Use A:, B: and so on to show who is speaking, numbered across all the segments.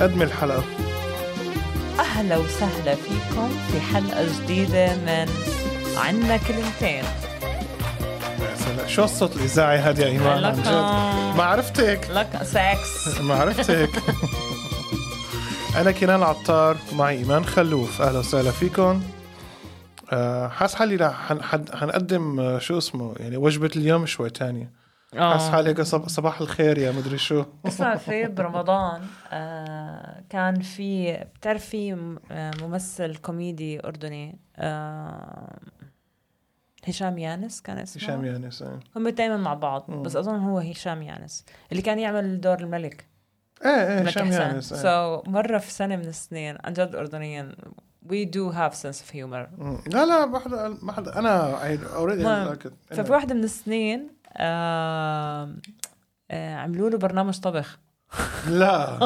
A: قدم الحلقة
B: أهلا وسهلا فيكم في حلقة جديدة من عنا كلمتين
A: يا سلام. شو الصوت الإذاعي هذا يا إيمان عن جد
B: لكم
A: ما عرفتك
B: لك سكس
A: ما عرفتك أنا كنان عطار ومعي إيمان خلوف أهلا وسهلا فيكم آه، حاس حالي رح حن- حن- حنقدم آه، شو اسمه يعني وجبة اليوم شوي تانية
B: آه.
A: حاس حالي هيك صب- صباح الخير يا مدري شو
B: اسمع في برمضان آه كان في بتعرفي م- آه، ممثل كوميدي أردني آه هشام يانس كان اسمه
A: هشام يانس آه.
B: هم دايما مع بعض
A: مم.
B: بس أظن هو هشام يانس اللي كان يعمل دور الملك
A: ايه ايه
B: لك
A: هشام
B: حسن
A: يانس آه.
B: سو so, مرة في سنة من السنين عن جد الأردنيين we do have sense of humor
A: مم. لا لا ما حدا ما حدا انا
B: المهم.
A: اوريدي
B: ففي واحدة من السنين آم، آه، عملوا له برنامج طبخ
A: لا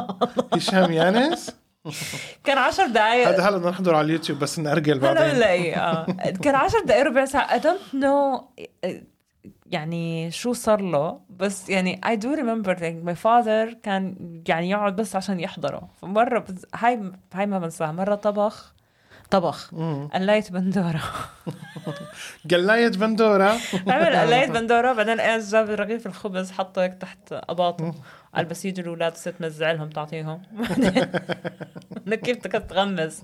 A: هشام يانس
B: كان عشر دقايق
A: هذا هلا بدنا نحضر على اليوتيوب بس نأرجل
B: هلا
A: بعدين
B: بنلاقيه اه كان عشر دقايق ربع ساعة I don't know آه، يعني شو صار له بس يعني I do remember like my father كان يعني يقعد بس عشان يحضره فمرة بز... هاي هاي ما بنساها مرة طبخ طبخ
A: مم.
B: قلاية بندورة
A: قلاية بندورة
B: عمل قلاية بندورة بعدين قاس جاب رغيف الخبز حطه هيك تحت قباطه قال بس يجوا الاولاد ست توزعلهم تعطيهم بعدين كيف بدك تغمس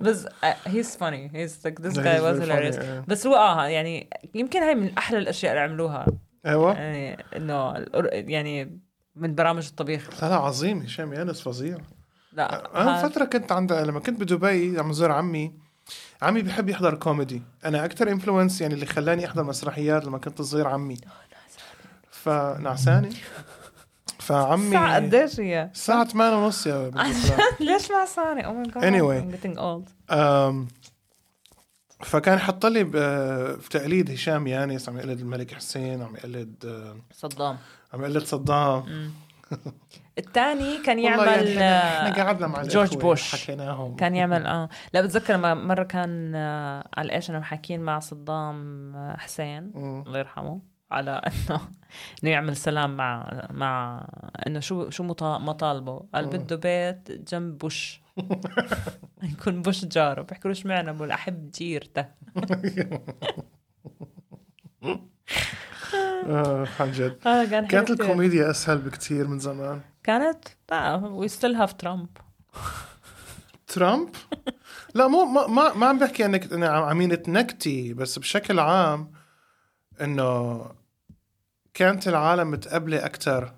B: بس آه، هيز فاني هيز ذيس جاي واز hilarious بس هو اه يعني يمكن هاي من احلى الاشياء اللي عملوها
A: ايوه
B: يعني انه الأر- يعني من برامج الطبيخ
A: لا لا عظيم هشام يانس فظيع
B: لا
A: انا
B: هاد-
A: فترة كنت عند لما كنت بدبي عم زور عمي عمي بحب يحضر كوميدي انا اكثر انفلونس يعني اللي خلاني احضر مسرحيات لما كنت صغير عمي فنعساني
B: الساعة
A: فعمي
B: قديش هي؟
A: الساعة 8 ونص يا بنت
B: عن
A: الأخلاق.
B: جد، ليش مع ساري؟ اوه ماي جاد
A: Anyway.
B: I'm getting old
A: أم، فكان حط لي ب- آه، بتقليد هشام يانس عم يقلد الملك حسين عم يقلد آه،
B: صدام
A: عم يقلد صدام
B: الثاني كان
A: والله يعني
B: يعمل
A: احنا احنا قعدنا مع
B: جورج
A: الإخوة
B: بوش.
A: حكيناهم
B: كان يعمل اه لا بتذكر ما مره كان آه على ايش انا محاكين مع صدام آه، حسين
A: مم.
B: الله يرحمه على انه انه يعمل سلام مع مع انه شو شو مطا- مطالبه قال بده بيت جنب بوش يكون بوش جاره بيحكوا له اشمعنى بقول احب جيرته
A: آه، عن جد
B: آه كان حلو
A: كانت
B: كتير.
A: الكوميديا اسهل بكتير من زمان
B: كانت لا وي ستيل هاف ترامب
A: ترامب لا مو ما ما, ما عم بحكي انك انا عم- عمينة نكتي بس بشكل عام انه كانت العالم متقبله اكثر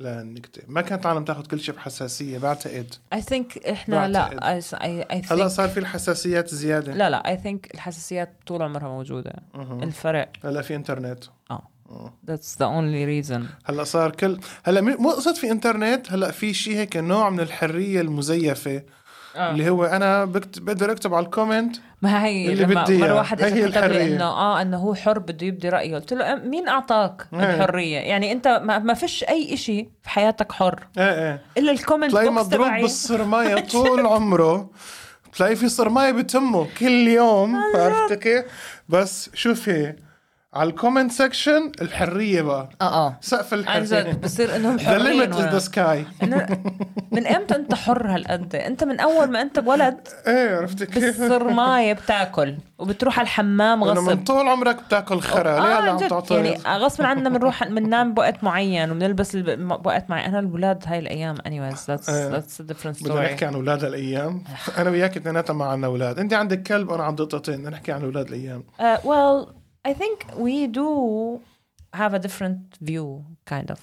A: للنكته ما كانت العالم تاخذ كل شيء بحساسيه بعتقد
B: اي ثينك احنا لا
A: بعتقد.
B: اي
A: هلا
B: ثينك
A: صار في الحساسيات زياده
B: لا لا اي ثينك الحساسيات طول عمرها موجوده
A: مهم.
B: الفرق
A: هلا في انترنت
B: اه
A: مم.
B: That's the only reason
A: هلا صار كل هلا مي- مو قصد في انترنت هلا في شيء هيك نوع من الحريه المزيفه
B: آه.
A: اللي هو انا بكت... بقدر اكتب على الكومنت
B: ما هي
A: اللي
B: لما
A: بدي
B: مره
A: إياه.
B: واحد
A: هي
B: اجى كتب لي
A: الحرية.
B: انه اه انه هو حر بده يبدي رايه قلت له أم- مين اعطاك
A: إيه.
B: الحريه يعني انت ما, ما فيش اي شيء في حياتك حر
A: ايه ايه
B: الا الكومنت
A: تلاقي
B: بوكس
A: مضروب
B: تبعي
A: بالصرمايه طول عمره تلاقي في صرمايه بتمه كل يوم عرفت كيف بس شوفي على الكومنت سكشن الحريه بقى
B: اه اه
A: سقف
B: عن
A: الحريه
B: جد بصير انهم
A: ذا
B: حرين
A: ليميت ذا
B: هنا.
A: سكاي
B: إنه من امتى انت حر هالقد انت من اول ما انت ولد
A: ايه عرفت كيف؟
B: بالصرمايه بتاكل وبتروح على الحمام
A: انه من
B: غصب
A: طول عمرك بتاكل خرا ليه
B: آه،
A: هلا
B: عن
A: عم
B: جد.
A: تعطي
B: يعني غصب عنا بنروح بننام بوقت معين وبنلبس الب- بوقت معين انا الولاد هاي الايام anyways that's
A: إيه.
B: that's a different
A: بدنا نحكي
B: story
A: عن اولاد الايام انا وياك اثنيناتنا ما عندنا اولاد انت عندك كلب وانا عندي قطتين بدنا نحكي عن اولاد الايام
B: uh, well I think we do have a different view kind of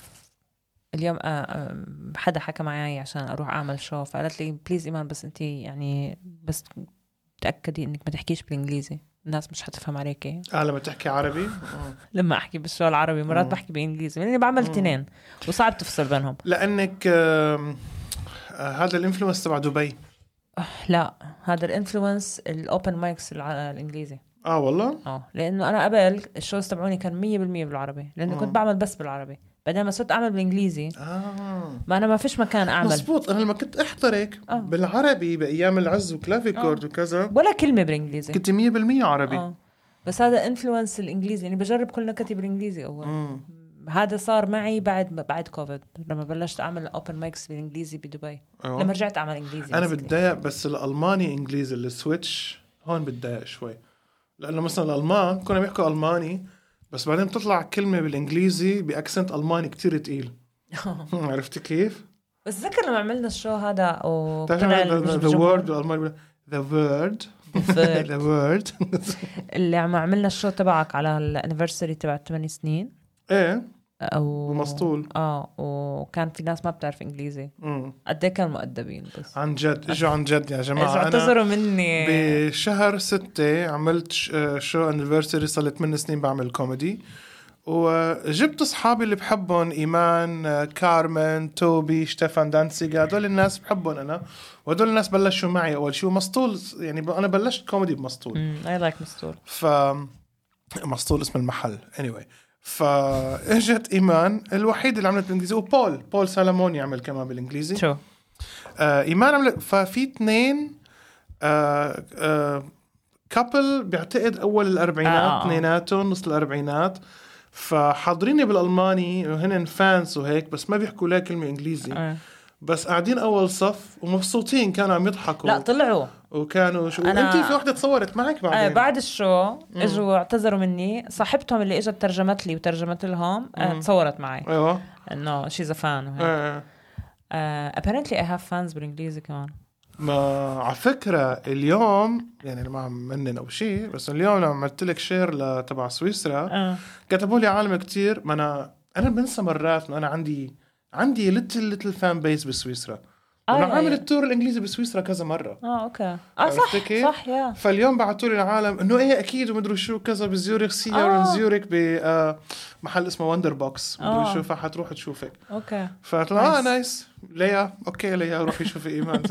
B: اليوم آه، آه، حدا حكى معي عشان اروح اعمل شو فقالت لي بليز ايمان بس انت يعني بس تاكدي انك ما تحكيش بالانجليزي الناس مش حتفهم عليكي
A: اه لما تحكي عربي
B: لما احكي بالشو العربي مرات
A: مم.
B: بحكي بالانجليزي لاني بعمل تنين وصعب تفصل بينهم
A: لانك آم، آه، هذا الانفلونس تبع دبي
B: لا هذا الانفلونس الاوبن مايكس الانجليزي
A: اه والله
B: اه لانه انا قبل الشوز تبعوني كان 100% بالعربي لانه كنت بعمل بس بالعربي بعدين لما صرت اعمل بالانجليزي
A: اه
B: ما انا ما فيش مكان اعمل
A: مزبوط انا لما كنت احضرك
B: آه.
A: بالعربي بايام العز وكلافيكورد وكذا
B: ولا كلمه بالانجليزي
A: كنت 100% عربي
B: آه. اه بس هذا انفلونس الانجليزي يعني بجرب كل نكتي بالانجليزي اول
A: مم.
B: هذا صار معي بعد بعد كوفيد لما بلشت اعمل اوبن مايكس بالانجليزي بدبي
A: أيوة.
B: لما رجعت اعمل انجليزي
A: انا
B: basically.
A: بتضايق بس الالماني انجليزي السويتش هون بتضايق شوي لانه مثلا الالمان كنا بيحكوا الماني بس بعدين بتطلع كلمه بالانجليزي باكسنت الماني كتير تقيل
B: آه.
A: عرفت كيف؟
B: بس ذكر لما عملنا الشو هذا وطلع
A: بتعرف ذا
B: الجمهور-
A: وورد بالالماني ذا وورد
B: word.
A: ذا وورد
B: اللي عم عملنا الشو تبعك على الانيفرساري تبع 8 سنين
A: ايه
B: او
A: ومسطول
B: اه وكان في ناس ما بتعرف انجليزي
A: أمم.
B: قد ايه كانوا مؤدبين بس
A: عن جد اجوا عن جد يا
B: اذا
A: جماعه انا
B: اعتذروا مني
A: بشهر ستة عملت ش- آه، شو انيفرساري صار لي 8 سنين بعمل كوميدي وجبت اصحابي اللي بحبهم ايمان آه، كارمن توبي شتيفان دانسيغا هدول الناس بحبهم انا وهدول الناس بلشوا معي اول شيء ومسطول يعني ب- انا بلشت كوميدي بمسطول
B: اي لايك مستور
A: ف مسطول اسم المحل anyway فاجت ايمان الوحيد اللي عملت بالانجليزي وبول بول سالموني عمل كمان بالانجليزي
B: شو
A: آه ايمان عملت ففي اثنين آه آه كابل بيعتقد اول الاربعينات
B: آه.
A: اثنيناتهم نص الاربعينات فحاضريني بالالماني وهن فانس وهيك بس ما بيحكوا لا كلمه انجليزي
B: آه.
A: بس قاعدين اول صف ومبسوطين كانوا عم يضحكوا
B: لا طلعوا
A: وكانوا شو
B: أنا-
A: انت في وحده تصورت معك
B: آه
A: بعدين
B: بعد الشو اجوا اعتذروا مني صاحبتهم اللي اجت ترجمت لي وترجمت لهم آه تصورت معي
A: ايوه
B: انه شيز ا فان
A: آه.
B: آه، ابيرنتلي اي هاف فانز بالانجليزي كمان
A: ما على فكره اليوم يعني أنا ما عم منن او شيء بس اليوم لما عملت لك شير ل- تبع سويسرا
B: آه.
A: كتبوا لي عالم كتير ما انا انا بنسى مرات انه انا عندي عندي ليتل ليتل فان بيس بسويسرا
B: آه،
A: انا
B: آه،
A: عامل
B: آه.
A: التور الانجليزي بسويسرا كذا مره
B: اه اوكي اه
A: عرفت
B: صح
A: كيف؟
B: صح يا
A: فاليوم بعثوا لي العالم انه ايه اكيد ومدري شو كذا بزيورخ سي
B: آه.
A: آه. زيورخ بمحل اسمه وندر بوكس مدري
B: آه.
A: شو فحتروح تشوفك
B: اوكي
A: فقلت لها اه نايس ليا اوكي ليا روحي شوفي ايمان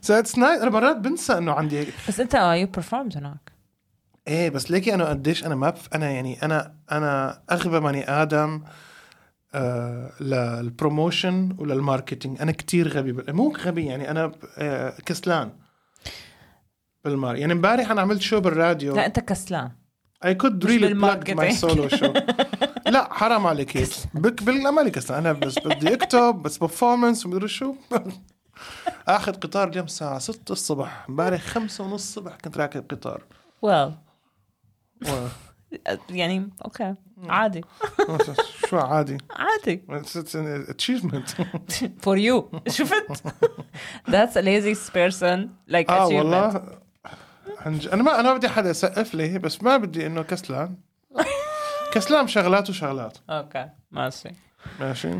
A: سو اتس نايس انا مرات بنسى انه عندي هيك
B: بس انت اه يو performed هناك
A: ايه بس ليكي انا قديش انا ما بف... انا يعني انا انا اغبى بني ادم آه للبروموشن وللماركتينج انا كتير غبي بال... مو غبي يعني انا ب- آه كسلان بالمار يعني امبارح انا عملت شو بالراديو
B: لا انت كسلان
A: اي كود
B: مش
A: ريلي بلاك ماي سولو
B: بالماركتينج.
A: شو لا حرام عليك بك بال... لا مالي كسلان انا بس بدي اكتب بس بفورمنس ومدري شو اخذ قطار اليوم الساعه 6 الصبح امبارح 5 ونص الصبح كنت راكب قطار
B: well
A: و...
B: يعني اوكي عادي
A: شو عادي
B: عادي
A: It's, it's an achievement.
B: for you شفت that's a lazy person like
A: اه
B: achievement.
A: والله عن جد- انا ما انا ما بدي حدا يسقف لي بس ما بدي انه كسلان كسلان شغلات وشغلات
B: اوكي ماشي
A: ماشي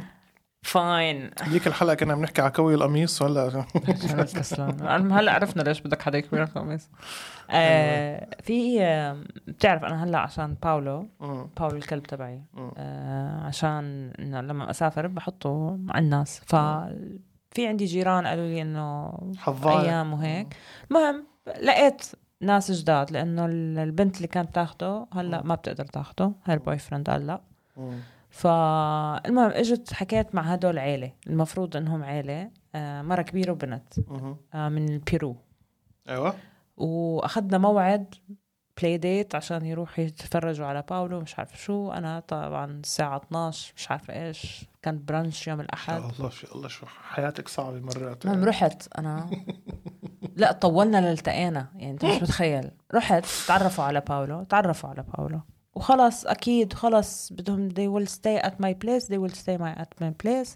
B: فاين
A: هذيك الحلقه كنا بنحكي على كوي القميص ولا
B: كسلان المهم هلا عرفنا ليش بدك حدا يكبر القميص آه، في آه، بتعرف انا هلا عشان باولو
A: مم.
B: باولو الكلب تبعي آه، عشان انه لما اسافر بحطه مع الناس ففي عندي جيران قالوا لي انه
A: حظايا
B: ايام وهيك المهم لقيت ناس جداد لانه ال- البنت اللي كانت تاخده هلا ما بتقدر تاخده هير بوي فرند قال لا
A: مم.
B: فالمهم اجت حكيت مع هدول عيله المفروض انهم عيله آه، مره كبيره وبنت
A: مم.
B: آه، من البيرو
A: ايوه
B: واخذنا موعد بلاي ديت عشان يروحوا يتفرجوا على باولو مش عارفه شو انا طبعا الساعه 12 مش عارفه ايش كان برانش يوم
A: يا
B: الاحد
A: الله شو الله شو حياتك صعبه مرات
B: المهم رحت انا لا طولنا لالتقينا يعني انت مش متخيل رحت تعرفوا على باولو تعرفوا على باولو وخلص اكيد خلص بدهم they will stay at my place they will stay my at my place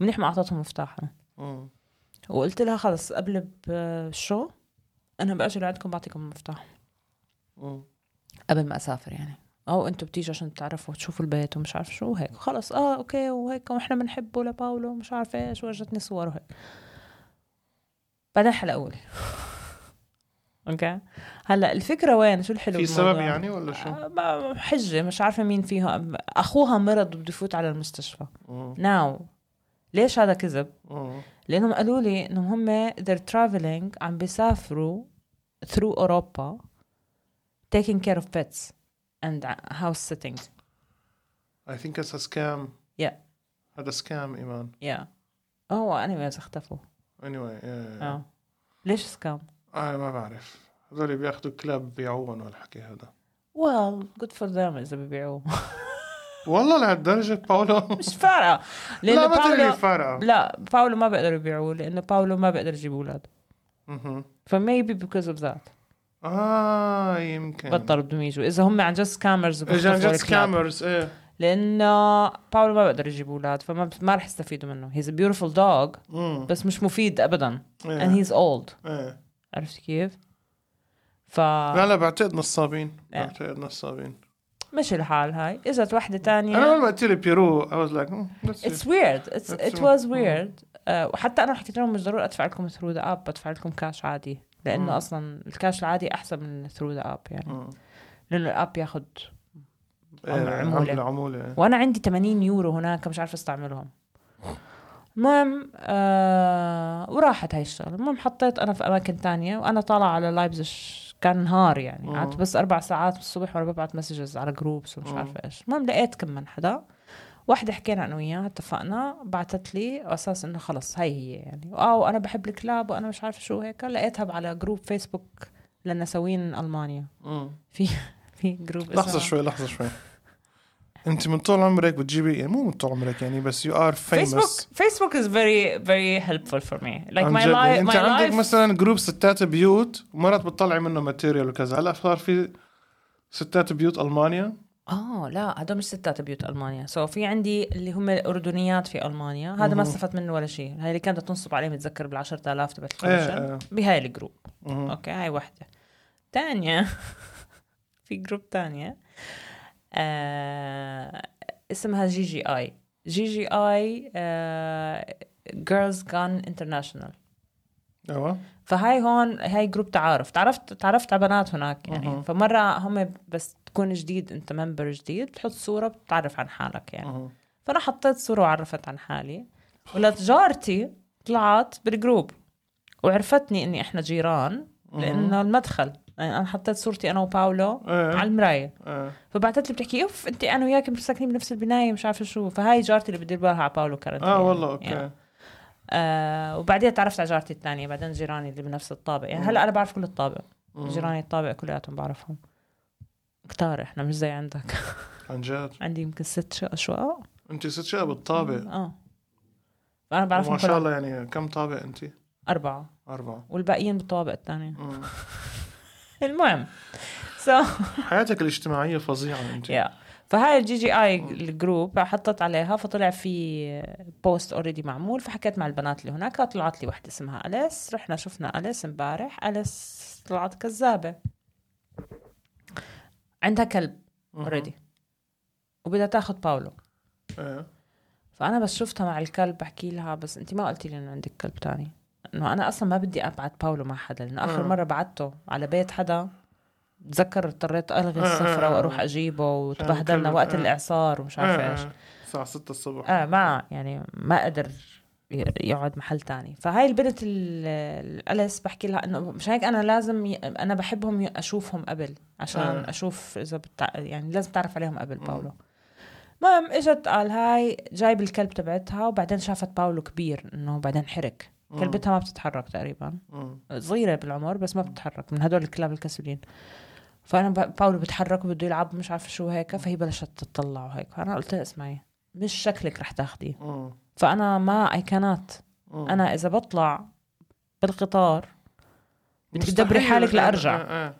B: ومنيح ما اعطتهم مفتاحهم
A: مم.
B: وقلت لها خلص قبل بشو انا باجي لعندكم بعطيكم المفتاح
A: مم.
B: قبل ما اسافر يعني او انتوا بتيجوا عشان تعرفوا وتشوفوا البيت ومش عارف شو هيك خلص اه اوكي وهيك واحنا بنحبه لباولو مش عارفه ايش ورجتني صور وهيك بعدين حلقوا لي اوكي هلا الفكره وين شو الحلو
A: في سبب
B: بالموضوع؟
A: يعني ولا شو؟
B: آه، ما- حجه مش عارفه مين فيها اخوها مرض وبده يفوت على المستشفى
A: مم.
B: ناو ليش هذا كذب
A: مم.
B: لانهم قالوا لي انهم هم they're traveling عم بيسافروا through اوروبا taking care of pets and house sitting
A: I think it's a scam.
B: Yeah.
A: هذا سكام ايمان.
B: yeah هو anyways اختفوا
A: Anyway, yeah.
B: اه ليش سكام؟
A: انا آه، ما بعرف هذول بياخذوا كلاب بيعوهم والحكي هذا
B: well good for them اذا ببيعوه
A: والله لهالدرجه باولو
B: مش فارقه
A: لا
B: لانه
A: ما تدري
B: باولو
A: فارقه
B: لا باولو ما بيقدروا يبيعوه لانه باولو ما بيقدر يجيب اولاد
A: مهم.
B: فميبي بيكوز اوف ذات
A: اه يمكن إيه،
B: بطلوا بدهم يجوا اذا هم عن جد سكامرز
A: اجا عن جد سكامرز ايه
B: لانه باولو ما بيقدر يجيب اولاد فما بس- ما رح يستفيدوا منه هيز بيوتيفول دوغ
A: مم.
B: بس مش مفيد ابدا اند
A: ايه
B: هيز اولد
A: إيه.
B: عرفت كيف؟ ف
A: لا لا بعتقد نصابين
B: إيه.
A: بعتقد نصابين
B: مش الحال هاي اجت وحده تانية
A: انا اول ما قلت لي بيرو I was like "Hmm, let's see."
B: اتس ويرد اتس
A: That's
B: ات
A: true.
B: واز
A: Mm.
B: ويرد Uh, وحتى انا حكيت لهم مش ضروري ادفع لكم ثرو ذا اب بدفع لكم كاش عادي لانه
A: Mm.
B: اصلا الكاش العادي احسن من ثرو ذا اب يعني
A: مم.
B: لانه الاب ياخذ
A: إيه،
B: عمولة.
A: عمولة عمولة
B: وانا عندي 80 يورو هناك مش عارفه استعملهم المهم آه وراحت هاي الشغله المهم حطيت انا في اماكن تانية وانا طالعه على لايبزج كان نهار يعني
A: مم.
B: قعدت بس اربع ساعات من الصبح وانا ببعت مسجز على جروبس ومش
A: مم.
B: عارفه ايش المهم لقيت كم من حدا واحدة حكينا انا وياها اتفقنا بعثت لي اساس انه خلص هاي هي يعني او انا بحب الكلاب وانا مش عارفه شو هيك لقيتها على جروب فيسبوك للنسوين المانيا
A: مم.
B: في جروب
A: لحظة
B: اسمه-
A: شوي لحظة شوي انت من طول عمرك بتجيبي يعني مو من طول عمرك يعني بس يو ار فيمس
B: Facebook Facebook is very very helpful for me. Like my
A: يعني
B: life
A: انت
B: my
A: عندك
B: life
A: مثلا جروب ستات بيوت مرات بتطلعي منه ماتيريال وكذا هلا صار في ستات بيوت المانيا
B: اه لا هدول مش ستات بيوت المانيا، سو so في عندي اللي هم الاردنيات في المانيا، هذا ما استفدت منه ولا شيء، هاي اللي كانت تنصب عليه متذكر بال 10000 تبعت الكوميشن
A: إيه، إيه.
B: بهاي الجروب،
A: مهم.
B: اوكي هاي وحده. ثانية في جروب ثانية آه اسمها جي جي اي، جي جي آه، اي جيرلز جان انترناشونال
A: ايوه
B: فهاي هون هاي جروب تعارف تعرفت تعرفت على بنات هناك
A: مهم.
B: يعني فمره هم بس تكون جديد انت ممبر جديد بتحط صوره بتعرف عن حالك يعني
A: مهم.
B: فانا حطيت صوره وعرفت عن حالي ولات جارتي طلعت بالجروب وعرفتني اني احنا جيران لانه المدخل يعني انا حطيت صورتي انا وباولو
A: إيه.
B: على المرايه
A: إيه.
B: فبعتت لي بتحكي اوف انت انا وياك ساكنين بنفس البنايه مش عارفه شو فهاي جارتي اللي بدير بالها على باولو يعني. كانت
A: اه والله اوكي
B: آه وبعدين تعرفت على جارتي الثانية بعدين جيراني اللي بنفس الطابق يعني هلا أنا بعرف كل الطابق جيراني الطابق كلياتهم بعرفهم كتار احنا مش زي عندك
A: عن جد
B: عندي يمكن ست ش- أشواق
A: انت ست شقق بالطابق
B: اه أنا
A: ما
B: بعرفهم
A: شاء
B: كلهم
A: الله يعني كم طابق انت؟
B: أربعة
A: أربعة
B: والباقيين بالطوابق الثانية
A: مم.
B: المهم سو
A: حياتك الاجتماعية فظيعة انت
B: يا فهاي الجي جي اي الجروب حطت عليها فطلع في بوست اوريدي معمول فحكيت مع البنات اللي هناك طلعت لي وحده اسمها اليس رحنا شفنا اليس امبارح اليس طلعت كذابه عندها كلب
A: مهم.
B: اوريدي وبدها تاخذ باولو
A: ايه
B: فانا بس شفتها مع الكلب بحكي لها بس انت ما قلتي لي انه عندك كلب تاني انه انا اصلا ما بدي ابعت باولو مع حدا لانه اخر
A: آه.
B: مره بعته على بيت حدا تذكر اضطريت الغي
A: آه، آه،
B: السفره
A: آه.
B: واروح اجيبه وتبهدلنا
A: الكلب،
B: وقت
A: آه.
B: الاعصار ومش عارفه ايش
A: إيه. الساعة 6 الصبح
B: اه ما يعني ما قدر ي- يقعد محل تاني فهاي البنت ال- الالس بحكي لها انه مش هيك انا لازم ي... انا بحبهم ي- اشوفهم قبل عشان
A: آه.
B: آه. اشوف اذا بتع... يعني لازم تعرف عليهم قبل
A: مم.
B: باولو المهم اجت قال هاي جايب الكلب تبعتها وبعدين شافت باولو كبير انه بعدين حرك
A: مم.
B: كلبتها ما بتتحرك تقريبا
A: مم.
B: صغيره بالعمر بس ما بتتحرك من هدول الكلاب الكسولين فانا ب- باولو بتحرك وبده يلعب مش عارفه شو هيك فهي بلشت تطلع وهيك فانا قلت لها اسمعي مش شكلك رح تاخديه
A: مم.
B: فانا ما اي كانت
A: مم.
B: انا اذا بطلع بالقطار بدك
A: مستحيل.
B: تدبري حالك
A: إيه،
B: لأرجع.
A: إيه، إيه.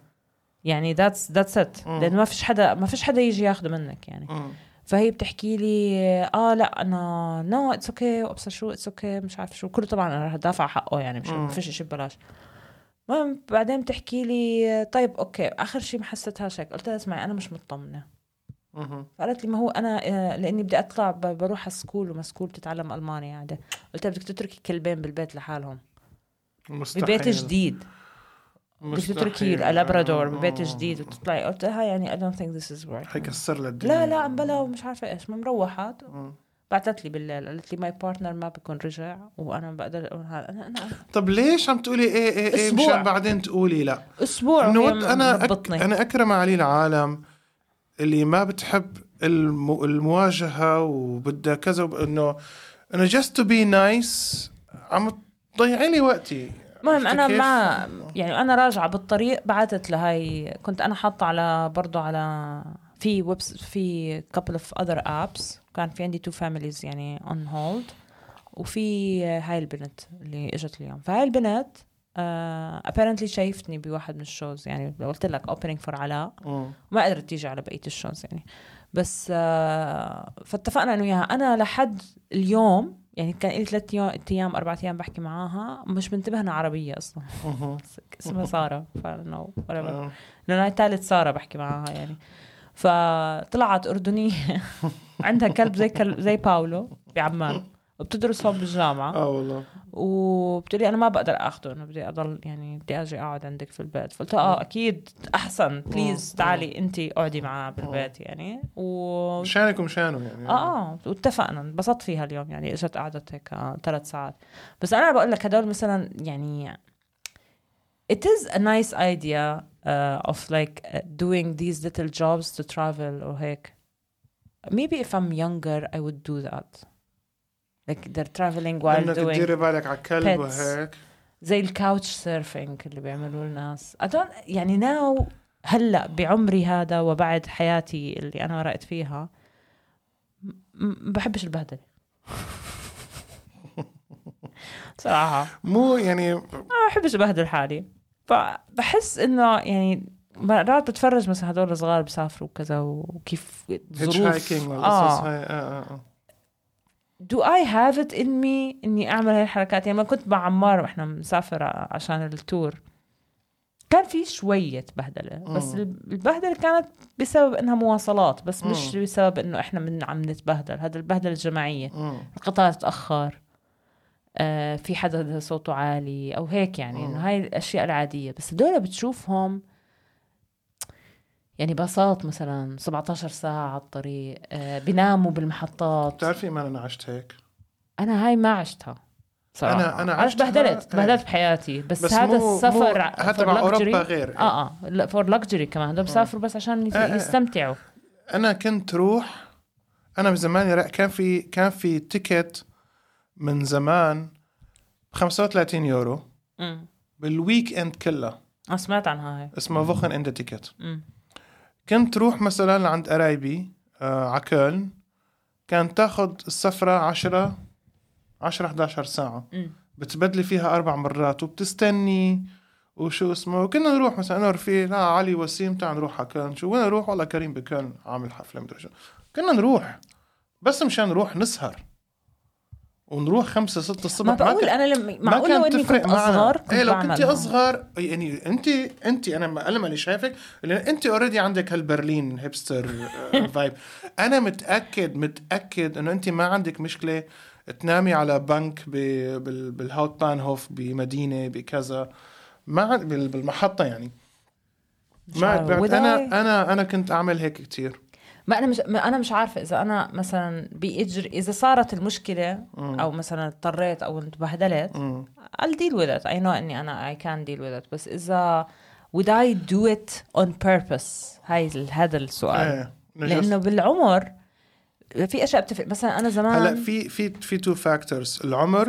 B: يعني ذاتس ذاتس ات
A: مم.
B: لانه ما فيش حدا ما فيش حدا يجي ياخده منك يعني
A: مم.
B: فهي بتحكي لي اه لا انا نو اتس اوكي وابصر شو اتس اوكي مش عارف شو كله طبعا انا رح دافع حقه يعني مش
A: مم.
B: ما فيش شيء ببلاش المهم بعدين بتحكي لي طيب اوكي اخر شيء ما حسيتهاش هيك قلت لها اسمعي انا مش مطمنه
A: مم.
B: فقالت لي ما هو انا آه، لاني بدي اطلع ب- بروح على سكول وما سكول بتتعلم الماني قاعده قلت لها بدك تتركي كلبين بالبيت لحالهم
A: مستحيل
B: ببيت جديد بدك
A: مستحيل. آه.
B: تتركي الابرادور
A: مم.
B: ببيت جديد وتطلعي قلت لها يعني I don't think this is working
A: حيكسر لها الدنيا
B: لا لا بلا ومش عارفه ايش المهم روحت
A: مم.
B: بعثت لي بالليل قالت لي ماي بارتنر ما بكون رجع وانا ما بقدر انا انا, أنا
A: طب ليش عم تقولي ايه ايه ايه
B: أسبوع.
A: مشان بعدين تقولي لا
B: اسبوع
A: انه
B: وهي
A: وقت انا أك...
B: مضبطني.
A: انا اكرم علي العالم اللي ما بتحب الم... المواجهه وبدها كذا وب... انه انه جاست تو بي نايس عم تضيعي لي وقتي
B: المهم
A: عرفتي
B: انا
A: كيف؟ آه.
B: ما يعني انا راجعه بالطريق بعثت لهي كنت انا حاطه على برضو على في ويبس في couple of other apps كان في عندي two families يعني on hold وفي هاي البنت اللي اجت اليوم فهاي البنت آه apparently شايفتني بواحد من الشوز يعني قلت لك opening for علاء
A: مم.
B: ما قدرت تيجي على بقيه الشوز يعني بس آه فاتفقنا انا وياها انا لحد اليوم يعني كان لي ثلاث ايام اربع ايام بحكي معاها مش منتبه انها عربيه اصلا
A: مم.
B: اسمها ساره فنو لانه
A: آه.
B: انا ثالث ساره بحكي معاها يعني فطلعت اردنيه عندها كلب زي كلب زي باولو بعمان وبتدرس هون بالجامعه
A: اه والله
B: وبتقولي انا ما بقدر اخده انا بدي اضل يعني بدي اجي اقعد عندك في البيت فقلت اه اكيد احسن بليز تعالي انت اقعدي معاه بالبيت يعني و
A: مشانك ومشانه يعني
B: اه اه واتفقنا انبسطت فيها اليوم يعني اجت قعدت هيك ثلاث ساعات بس انا بقول لك هدول مثلا يعني it is a nice idea uh, of like uh, doing these little jobs to travel or هيك maybe if I'm younger I would do that like they're traveling while
A: بدك
B: doing
A: تديري بالك على الكلب
B: pets.
A: وهيك
B: زي الكاوتش سيرفينج اللي بيعملوه الناس أدون يعني ناو هلا بعمري هذا وبعد حياتي اللي انا مرقت فيها م- م- بحبش البهدله صراحه
A: مو يعني
B: ما بحبش ابهدل حالي فبحس انه يعني مرات بتفرج مثلا هدول الصغار بيسافروا وكذا وكيف
A: هيتش
B: ظروف آه.
A: هايكينج والقصص هاي اه اه
B: دو اي هاف ات ان مي اني اعمل هاي الحركات يعني لما كنت مع عمار واحنا مسافر عشان التور كان في شوية بهدلة بس
A: مم.
B: البهدلة كانت بسبب انها مواصلات بس مش
A: مم.
B: بسبب انه احنا من عم نتبهدل هذا البهدلة الجماعية
A: مم.
B: القطار تأخر آه في حدا صوته عالي او هيك يعني انه
A: مم.
B: هاي الاشياء العادية بس هدول بتشوفهم يعني باصات مثلا 17 ساعة على الطريق آه بيناموا بالمحطات
A: بتعرفي ايمان انا عشت هيك
B: انا هاي ما عشتها صراحة.
A: أنا- أنا عشتها-
B: بهدلت
A: إيه.
B: بهدلت بحياتي بس,
A: بس
B: هذا
A: مو-
B: السفر
A: مو-
B: ع-
A: حتى
B: for
A: مع أوروبا
B: luxury-
A: غير.
B: اه اه لا فور لكجري كمان بدهم يسافروا بس عشان يس-
A: إيه، إيه.
B: يستمتعوا
A: انا كنت روح انا من زمان رأ- كان في كان في تيكت من زمان ب 35 يورو
B: امم
A: بالويك اند كله
B: انا سمعت عنها هاي
A: اسمها فوخن اند تيكت
B: امم
A: كنت روح مثلا عند قرايبي آه على كولن كان تاخذ السفره 10 10 11 ساعه
B: أمم.
A: بتبدلي فيها اربع مرات وبتستني وشو اسمه كنا نروح مثلا انا ورفيق لا علي وسيم تعال نروح على كان شو وين نروح والله كريم بكان عامل حفله مدري شو كنا نروح بس مشان نروح نسهر ونروح خمسة ستة الصبح
B: ما
A: كان-
B: بقول انا لما معقول لو اني كنت
A: معنا.
B: اصغر كنت
A: ايه لو كنت
B: بعملها.
A: اصغر يعني انت انت انا ما انا ماني شايفك لان انت اوريدي عندك هالبرلين هيبستر آه، فايب انا متاكد متاكد انه انت ما عندك مشكله تنامي على بنك ب- بال- بالهاوت بانهوف بمدينه بكذا ما عن- بال- بالمحطه يعني
B: مش
A: ما
B: عارفة.
A: بعت-
B: Would I?
A: انا انا انا كنت اعمل هيك كتير
B: ما انا مش ما انا مش عارفه اذا انا مثلا باجر اذا صارت المشكله او مثلا اضطريت او انبهدلت I'll deal with it I know اني انا I can deal with it بس اذا would I do it on purpose هاي ال- هذا السؤال
A: ايه
B: لانه بالعمر في اشياء بتفرق مثلا انا زمان
A: هلا في في في تو فاكتورز العمر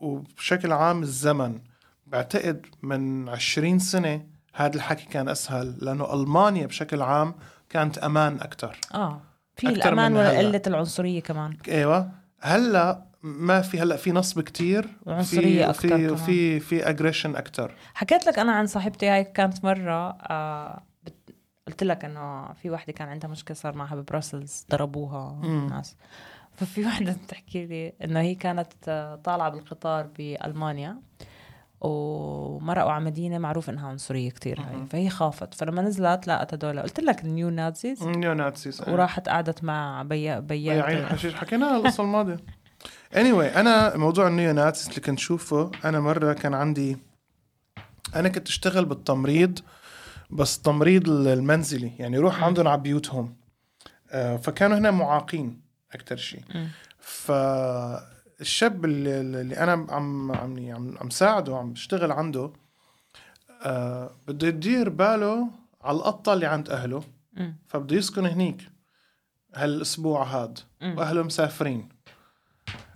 A: وبشكل عام الزمن بعتقد من 20 سنه هذا الحكي كان اسهل لانه المانيا بشكل عام كانت امان اكثر
B: اه في
A: أكتر
B: الامان
A: من هلا.
B: وقله العنصريه كمان
A: ايوه هلا ما في هلا في نصب كتير
B: وعنصرية أكتر
A: في
B: كمان.
A: في في اجريشن اكثر
B: حكيت لك انا عن صاحبتي هاي كانت مره آه بت- قلت لك انه في وحده كان عندها مشكله صار معها ببروسلز ضربوها ناس ففي وحده بتحكي لي انه هي كانت آه، طالعه بالقطار بالمانيا ومرقوا على مدينه معروف انها عنصريه كتير هاي فهي خافت فلما نزلت لقت هدول قلت لك النيو نازيز
A: نيو ناتسيز
B: وراحت قعدت مع بيا بيا
A: يعني حشيش حكيناها القصه الماضيه anyway انا موضوع النيوناتس اللي كنت شوفه انا مره كان عندي انا كنت اشتغل بالتمريض بس تمريض المنزلي يعني روح عندهم على بيوتهم آه، فكانوا هنا معاقين اكثر شيء
B: مم.
A: فالشاب اللي, اللي انا عم عم عم عم ساعده عم بشتغل عنده آه، بده يدير باله على القطه اللي عند اهله
B: مم.
A: فبده يسكن هنيك هالاسبوع هاد
B: مم.
A: واهله مسافرين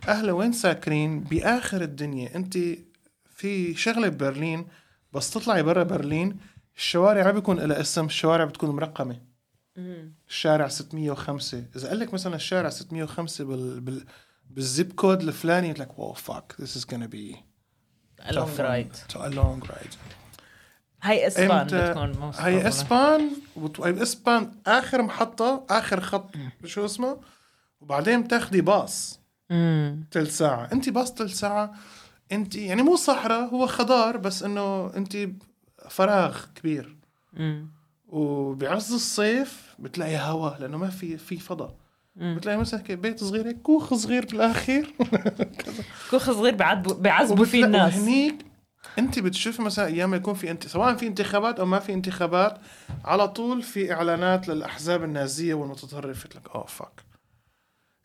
A: اهله وين ساكنين باخر الدنيا انت في شغله ببرلين بس تطلعي برا برلين الشوارع ما بيكون لها اسم الشوارع بتكون مرقمه الشارع 605 اذا قال لك مثلا الشارع 605 بال, بال بالزيب كود الفلاني لك واو فاك ذس از gonna بي
B: لونج رايد
A: a long ride
B: هاي اسبان
A: امتى
B: بتكون most probably.
A: هي اسبان وت- هي اسبان اخر محطه اخر خط شو اسمه وبعدين بتاخدي باص
B: مم.
A: تلت ساعة انت باص تلت ساعة انت يعني مو صحراء هو خضار بس انه انت فراغ كبير
B: مم.
A: وبعز الصيف بتلاقي هواء لانه ما في في فضاء بتلاقي مثلا هيك بيت صغير هيك كوخ صغير بالاخير
B: كوخ صغير بعذبوا بيعذبوا فيه
A: وبتلاقي-
B: الناس
A: وهنيك انت بتشوف مثلا ايام يكون في انت سواء في انتخابات او ما في انتخابات على طول في اعلانات للاحزاب النازيه والمتطرفه لك اوه فاك oh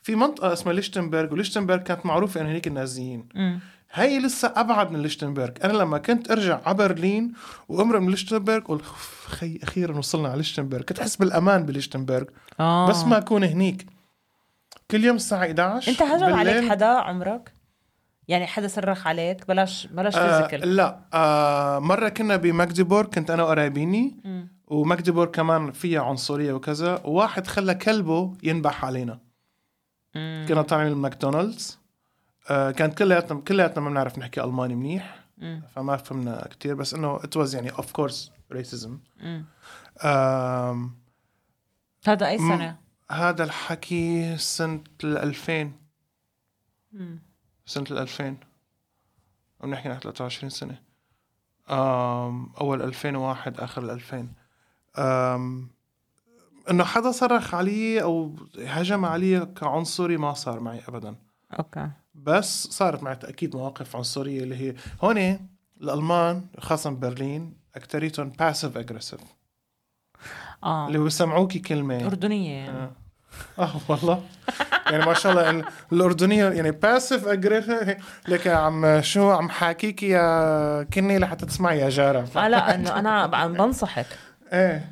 A: في منطقه اسمها ليشتنبرغ وليشتنبرغ كانت معروفه انه هنيك النازيين
B: مم.
A: هي لسه ابعد من ليشتنبرغ انا لما كنت ارجع على برلين وامرق من ليشتنبرغ قلت "أوف، خي اخيرا وصلنا على ليشتنبرغ كنت احس بالامان بليشتنبرغ
B: آه.
A: بس ما اكون هنيك كل يوم الساعه 11
B: انت هجم
A: بالليل-
B: عليك حدا عمرك؟ يعني حدا صرخ عليك بلاش بلاش
A: آه
B: فيزيكال
A: لا آه مره كنا بمجدبور كنت انا وقرايبيني ومجدبور كمان فيها عنصريه وكذا وواحد خلى كلبه ينبح علينا
B: مم.
A: كنا طالعين من ماكدونالدز آه كانت كلياتنا كلياتنا ما بنعرف نحكي الماني منيح
B: مم.
A: فما فهمنا كتير بس انه ات واز يعني اوف كورس ريسيزم
B: مم. هذا اي سنه؟
A: هذا الحكي سنه ال 2000
B: مم.
A: سنه ال 2000 عم نحكي عن 23 سنه أم اول 2001 اخر ال 2000 أم انه حدا صرخ علي او هجم علي كعنصري ما صار معي ابدا
B: اوكي
A: بس صارت معي اكيد مواقف عنصريه اللي هي هون الالمان خاصه برلين اكتريتهم باسيف اجريسيف
B: اه
A: اللي هو بسمعوكي كلمه
B: اردنيه يعني.
A: آه. اه والله يعني ما شاء الله ال- الاردنيه يعني باسف اجريسيف لك يا عم شو عم حاكيك يا كني لحتى تسمعي يا جاره
B: اه لا انه انا ب- عم بنصحك
A: ايه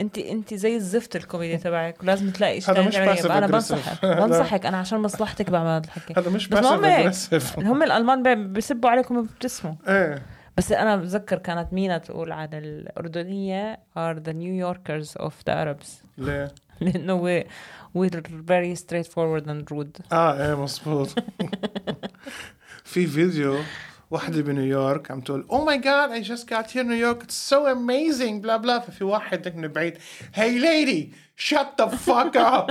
B: انت انت زي الزفت الكوميدي تبعك ولازم تلاقي شيء
A: هذا
B: تاني
A: مش
B: تعملي.
A: passive
B: انا
A: aggressive.
B: بنصحك
A: هذا-
B: بنصحك انا عشان مصلحتك بعمل هذا الحكي
A: هذا مش
B: بس
A: باسف
B: ما هم هيك.
A: اجريسيف
B: هم الالمان بي- بيسبوا عليكم وبتسموا
A: ايه
B: بس انا بتذكر كانت مينا تقول عن الاردنيه are the new yorkers of the arabs
A: ليه
B: لانه we we're very straightforward and rude
A: اه ايه مزبوط في فيديو وحده بنيويورك عم تقول او ماي جاد اي جاست جات هير نيويورك اتس سو اميزنج بلا بلا ففي واحد هيك من بعيد هي ليدي شت ذا فاك اب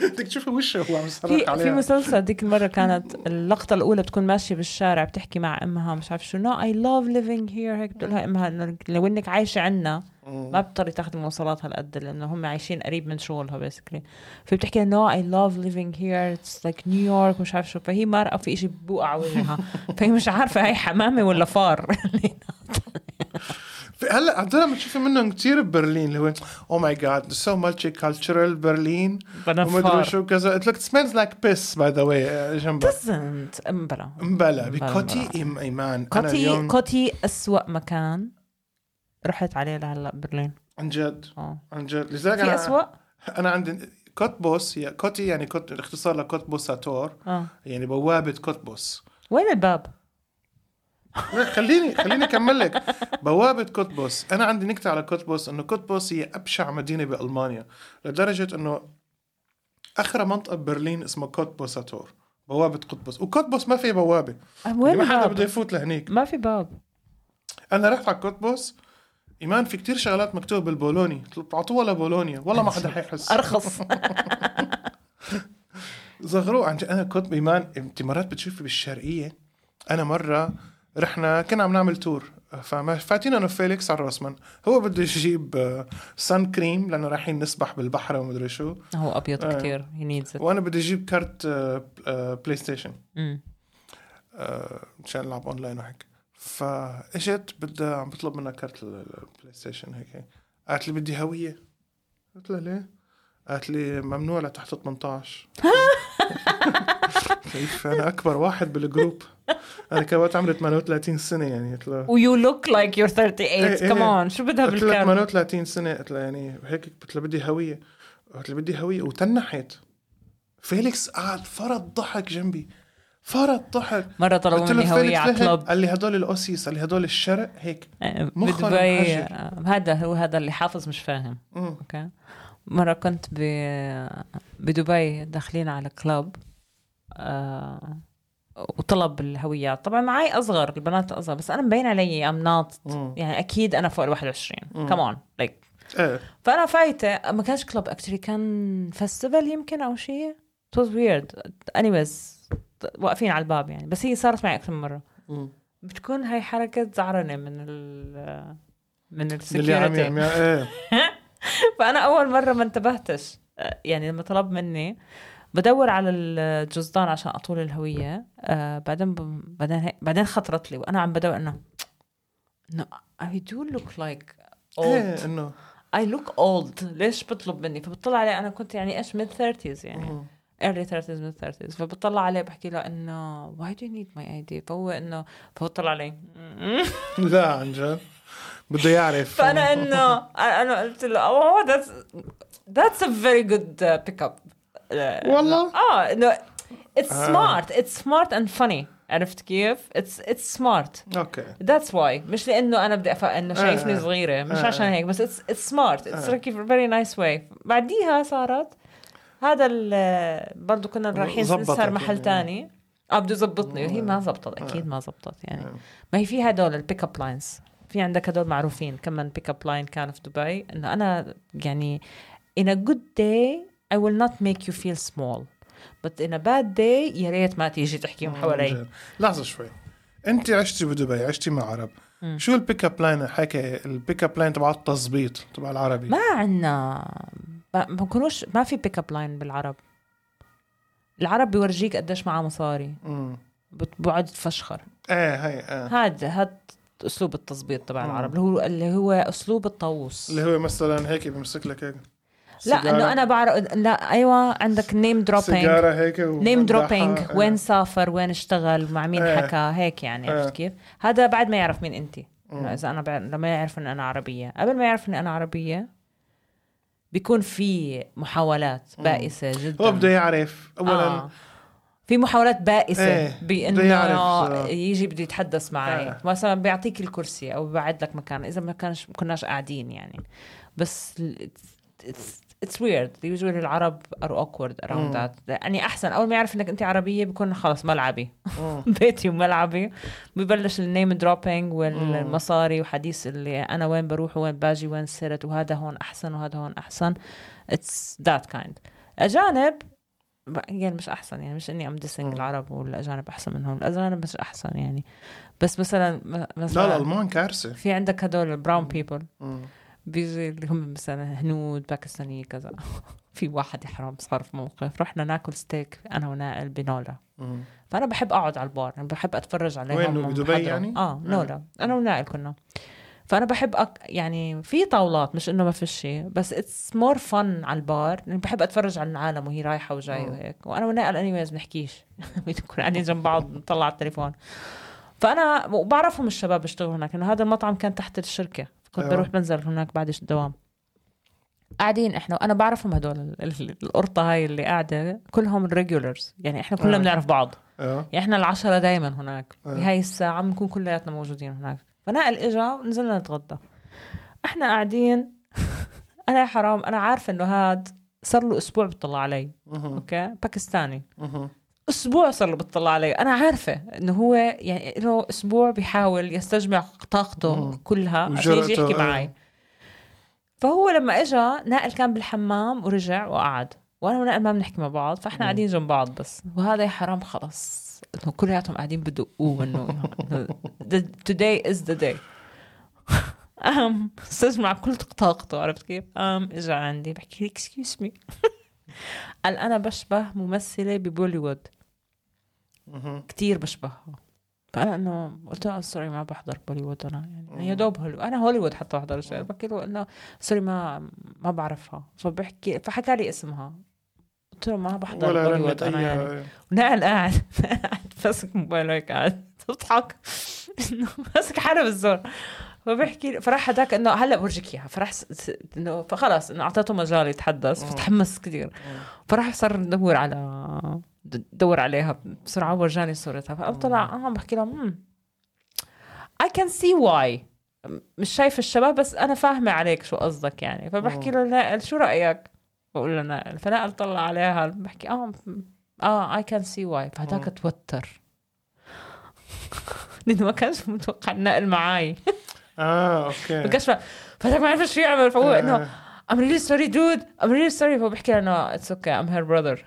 A: بدك تشوفي وشه هو عم يصرخ
B: في في
A: عليها
B: مسلسل ديك المره كانت اللقطه الاولى بتكون ماشيه بالشارع بتحكي مع امها مش عارف شو نو اي لاف ليفينج هير هيك بتقول لها امها إنه لو انك عايشه عنا ما بتضطري تاخذ مواصلات هالقد لانه هم عايشين قريب من شغلها بيسكلي فبتحكي نو اي لاف ليفينج هير اتس لايك نيويورك مش عارف شو فهي مرأة في شيء بوقع وجهها فهي مش عارفه هاي حمامه ولا فار
A: في- هلا عن جد بتشوفي منهم كثير ببرلين اللي هو "Oh او ماي جاد سو مالتي كالتشرال برلين
B: بدها
A: ومدري
B: فار
A: شو كذا قلت لك سميلز لايك بيس باي ذا واي جنبها
B: doesn't امبلا
A: آه، مبلا
B: مبلا.
A: بكوتي إيم- ايمان انا
B: كوتي
A: اليوم
B: كوتي اسوأ مكان رحت عليه لهلا برلين
A: عن جد
B: اه
A: عن جد لذلك
B: في
A: أنا-
B: اسوأ
A: انا عندي كوتبوس هي كوتي يعني كوت الاختصار لكوتبوساتور
B: اه
A: يعني بوابه كوتبوس
B: وين الباب؟
A: لا، خليني خليني اكمل لك بوابه كوتبوس انا عندي نكته على كوتبوس انه كوتبوس هي ابشع مدينه بالمانيا لدرجه انه اخر منطقه ببرلين اسمها كوتبوساتور بوابه قطبوس وكوتبوس ما فيها بوابه
B: وين
A: يعني ما حدا بده
B: الباب؟
A: يفوت لهنيك
B: ما في باب
A: انا رحت على كوتبوس ايمان في كتير شغلات مكتوبه بالبولوني اعطوها لبولونيا والله ما حدا حيحس
B: ارخص
A: زغروه عن جد انا كنت بايمان انت مرات بتشوفي بالشرقيه انا مره رحنا كنا عم نعمل تور فما فاتينا انه فيليكس على الرسمن هو بده يجيب آه، سان كريم لانه رايحين نسبح بالبحر ومدري شو
B: هو ابيض
A: آه.
B: كثير هي نيدز
A: وانا بدي اجيب كارت آه، آه، بلاي ستيشن آه، مشان العب اونلاين وهيك فاجت بدها عم بطلب منها كارت ال- ال- البلاي ستيشن هيك قالت لي بدي هويه قلت لها ليه؟ قالت لي ممنوع لتحت 18 كيف انا اكبر واحد بالجروب انا كان وقت عمري 38 سنه يعني قلت لها
B: ويو لوك لايك يور
A: إيه،
B: 38
A: إيه.
B: كمان شو بدها
A: قلت لها
B: بالكارت؟
A: 38 سنه قلت لها يعني هيك قلت لها بدي هويه قلت لها بدي هويه وتنحت فيليكس قعد فرط ضحك جنبي فرط طحن
B: مره طلبوا
A: قلت له
B: مني هويه
A: فين
B: على
A: فين؟
B: كلوب
A: قال لي هدول الاوسيس قال لي هدول الشرق هيك مخرم
B: آه، بدبي آه،
A: حجر.
B: هذا هو هذا اللي حافظ مش فاهم
A: مم.
B: اوكي مره كنت ب... بدبي داخلين على كلاب آه... وطلب الهويات طبعا معي اصغر البنات اصغر بس انا مبين علي ام ناط
A: مم.
B: يعني اكيد انا فوق ال 21 كمان لايك
A: ايه
B: فانا فايته ما كانش كلوب اكشلي كان فيستيفال يمكن او شيء it was weird anyways واقفين على الباب يعني بس هي صارت معي اكثر من مره
A: مم.
B: بتكون هاي حركة زعرنة من ال من
A: اللي عم
B: السكيورتي
A: يعمل ايه
B: فأنا أول مرة ما انتبهتش يعني لما طلب مني بدور على الجزدان عشان أطول الهوية آه بعدين ب... بعدين هي... بعدين خطرت لي وأنا عم بدور إنه إنه I do look like
A: ايه
B: old
A: انه
B: I look old ليش بطلب مني فبطلع عليه أنا كنت يعني إيش mid 30s يعني
A: مم.
B: early 30s mid 30s فبطلع عليه بحكي له إنه why do you need my ID فهو إنه فهو طلع علي
A: لا عن جد بده يعرف
B: فانا انه انا أنا قلت له "Oh, اوه ذاتس ذاتس ا فيري جود بيك اب
A: والله؟
B: اه انه اتس
A: آه.
B: سمارت اتس سمارت اند فاني عرفت كيف؟ اتس اتس سمارت
A: اوكي
B: ذاتس واي مش لانه انا بدي أفق انه شايفني
A: آه.
B: صغيره مش
A: آه.
B: عشان هيك بس اتس اتس سمارت اتس
A: آه.
B: like فيري نايس واي بعديها صارت هذا ال- برضه كنا رايحين
A: زبطت
B: نسهر محل
A: يعني.
B: تاني اه بده يظبطني وهي ما
A: آه.
B: زبطت اكيد ما زبطت يعني
A: آه.
B: ما هي في هدول البيك اب لاينز في عندك هدول معروفين كمان بيك اب لاين كان في دبي انه انا يعني in a good day I will not make you feel small but in a bad day يا ريت ما تيجي تحكيهم
A: آه،
B: حوالي
A: جد. لحظه شوي انت عشتي بدبي عشتي مع عرب شو البيك اب لاين حكي البيك اب لاين تبع التظبيط تبع العربي
B: ما عنا ما ما بكونوش ما في بيك اب لاين بالعرب العرب بيورجيك قديش معاه مصاري
A: مم.
B: بت- بقعد تفشخر
A: ايه هي ايه
B: هذا هاد اسلوب التظبيط تبع
A: مم.
B: العرب اللي هو اللي هو اسلوب الطاووس
A: اللي هو مثلا هيك بيمسك لك هيك
B: لا
A: سيجارة-
B: انه انا بعرف لا ايوه عندك نيم دروبينج
A: سيجاره هيك
B: نيم دروبينج وين سافر وين اشتغل مع مين
A: إيه.
B: حكى هيك يعني
A: إيه.
B: عرفت كيف هذا بعد ما يعرف مين انت إنه اذا انا بعد لما يعرف ان انا عربيه قبل ما يعرف ان انا عربيه بيكون في محاولات بائسه جدا
A: هو بده يعرف اولا
B: آه. في محاولات بائسه
A: إيه، آه.
B: بانه
A: بده يعرف.
B: يجي بده يتحدث معي
A: إيه.
B: مثلا بيعطيك الكرسي او بيبعد لك مكان اذا ما كانش ما كناش قاعدين يعني بس اتس ويرد يوجوالي العرب ار اوكورد اراوند ذات يعني احسن اول ما يعرف انك انت عربيه بيكون خلص ملعبي
A: مم.
B: بيتي وملعبي ببلش النيم دروبينج والمصاري وحديث اللي انا وين بروح وين باجي وين صرت وهذا هون احسن وهذا هون احسن اتس ذات كايند اجانب ب- يعني مش احسن يعني مش اني ام ديسنج العرب والاجانب احسن منهم الاجانب مش احسن يعني بس مثلا م-
A: لا
B: مثلا
A: الالمان كارثه
B: في عندك هدول البراون بيبل
A: مم.
B: بيجي اللي هم مثلا هنود باكستانية كذا في واحد يا حرام صار في موقف رحنا ناكل ستيك انا ونائل بنولا
A: مم.
B: فانا بحب اقعد على البار يعني بحب اتفرج عليهم
A: وين؟
B: وهم
A: بدبي
B: بيحضروا.
A: يعني؟
B: اه نولا انا ونائل كنا فانا بحب أك... يعني في طاولات مش انه ما في شيء بس اتس مور فن على البار يعني بحب اتفرج على العالم وهي رايحه وجايه
A: مم.
B: وهيك وانا ونائل اني ما بنحكيش بنكون قاعدين جنب بعض نطلع على التليفون فانا وبعرفهم الشباب بيشتغلوا هناك لانه هذا المطعم كان تحت الشركه كنت
A: أيوة.
B: بروح بنزل هناك بعد الدوام قاعدين احنا وانا بعرفهم هدول ال- ال- القرطه هاي اللي قاعده كلهم الريجولرز يعني احنا كلنا
A: أيوة.
B: بنعرف بعض
A: اه
B: يعني احنا العشرة دايما هناك
A: آه.
B: بهاي الساعة بنكون كلياتنا موجودين هناك فنائل اجا ونزلنا نتغدى احنا قاعدين انا يا حرام انا عارفة انه هاد صار له اسبوع بتطلع علي
A: مهم.
B: اوكي باكستاني
A: مهم.
B: اسبوع صار له بتطلع علي انا عارفة انه هو يعني له اسبوع بيحاول يستجمع طاقته
A: مم.
B: كلها عشان يجي
A: وجرأته،
B: يحكي
A: آه.
B: معي فهو لما اجا نائل كان بالحمام ورجع وقعد وانا ونائل ما بنحكي مع بعض فاحنا قاعدين جنب بعض بس وهذا يا حرام خلص انه كلياتهم قاعدين بدقوه انه إنه the- today is the day قام استجمع كل طاقته عرفت كيف؟ قام اجى عندي بحكي لي اكسكيوز مي قال انا بشبه ممثله ببوليوود
A: مهم.
B: كتير بشبهها فانا انه قلت له سوري ما بحضر بوليوود انا يعني يا دوب هوليوود انا هوليوود حتى بحضر شيء بحكي له انه سوري ما ما بعرفها فبحكي فحكى لي اسمها قلت له ما بحضر
A: ولا آه. رنت
B: بوليوود انا يعني
A: اي
B: ونقل قاعد قاعد ماسك موبايله هيك قاعد بضحك انه ماسك حاله بالزور فبحكي لي- فراح هداك انه هلا بورجيك اياها فراح س- س- انه فخلص انه اعطيته مجال يتحدث فتحمس كثير فراح صار ندور على د- دور عليها بسرعه ورجاني صورتها فطلع انا عم بحكي لها اي كان سي واي مش شايف الشباب بس انا فاهمه عليك شو قصدك يعني فبحكي له نائل شو رايك بقول له نائل فنائل طلع عليها بحكي اه م- اه اي كان سي واي فهداك توتر لانه ما كانش متوقع نائل معي
A: اه اوكي
B: القشره فهذاك ما عرف شو يعمل فهو انه
A: آه.
B: ام ريلي سوري دود ام ريلي سوري فهو بحكي لها انه اتس اوكي ام هير براذر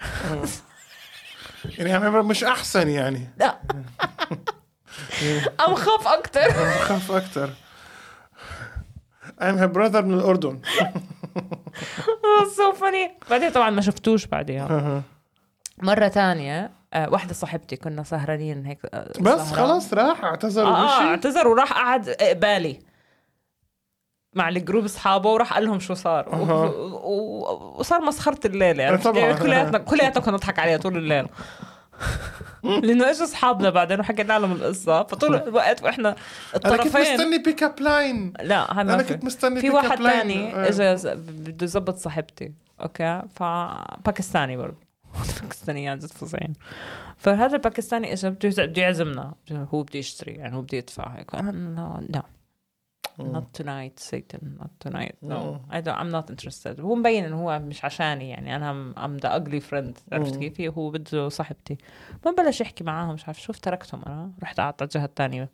A: يعني عم- مش احسن يعني
B: لا ام خاف اكثر
A: انا بخاف اكثر I'm her brother من الاردن
B: سو فاني بعدين طبعا ما شفتوش بعديها مره تانية آه، واحدة صاحبتي كنا سهرانين هيك آه،
A: بس
B: سهران.
A: خلاص راح اعتذر
B: اه آه،
A: ومشي
B: اعتذر وراح قعد آه، بالي مع الجروب اصحابه وراح قال لهم شو صار و-
A: أها.
B: و- و- وصار مسخره الليله عرفت؟
A: طبعاً.
B: يعني كلياتنا كلياتنا كنا نضحك عليها طول الليل لانه اجى اصحابنا بعدين وحكينا لهم القصه فطول الوقت واحنا
A: انا كنت
B: الطرفين
A: مستني بيك اب لاين
B: لا هاي ما
A: انا
B: في.
A: كنت مستني
B: في
A: بيك
B: واحد
A: اب لاين
B: تاني اجى ز- بده يظبط صاحبتي اوكي فباكستاني برضه باكستانيين جد فظيعين فهذا الباكستاني اجى بده يز- بده يعزمنا هو بده يشتري يعني هو بده يدفع هيك انا no, no not tonight Satan not tonight no I don't I'm not interested هو مبين انه هو مش عشاني يعني انا I'm, I'm the ugly friend عرفت كيف هو بده صاحبتي ما بلش يحكي معاهم مش عارف شوف تركتهم انا رحت قعدت على الجهه الثانيه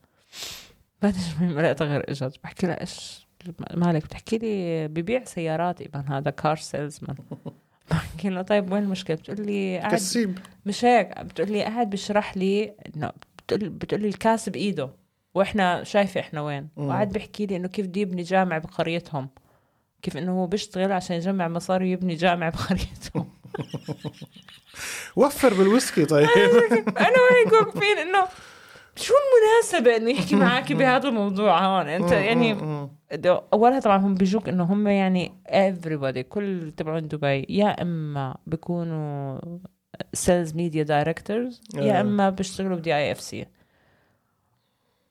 B: بعدين شوي ما لقيت غير اجت بحكي لها ايش مالك بتحكي لي ببيع سيارات ابن هذا كار سيلزمان بحكي لها طيب وين المشكله بتقول لي قاعد
A: كسيب
B: مش هيك بتقول لي قاعد بشرح لي انه بتقول بتقول لي الكاس بايده واحنا شايفه احنا وين وقعد بحكي لي انه كيف بده يبني جامع بقريتهم كيف انه هو بيشتغل عشان يجمع مصاري ويبني جامع بقريتهم
A: وفر بالويسكي طيب
B: انا وهيك واقفين انه شو المناسبة انه يحكي معك بهذا الموضوع هون انت يعني ده- اولها طبعا هم بيجوك انه هم يعني everybody كل تبعون دبي يا اما بيكونوا سيلز ميديا دايركتورز يا
A: آه.
B: اما بيشتغلوا بدي اي اف سي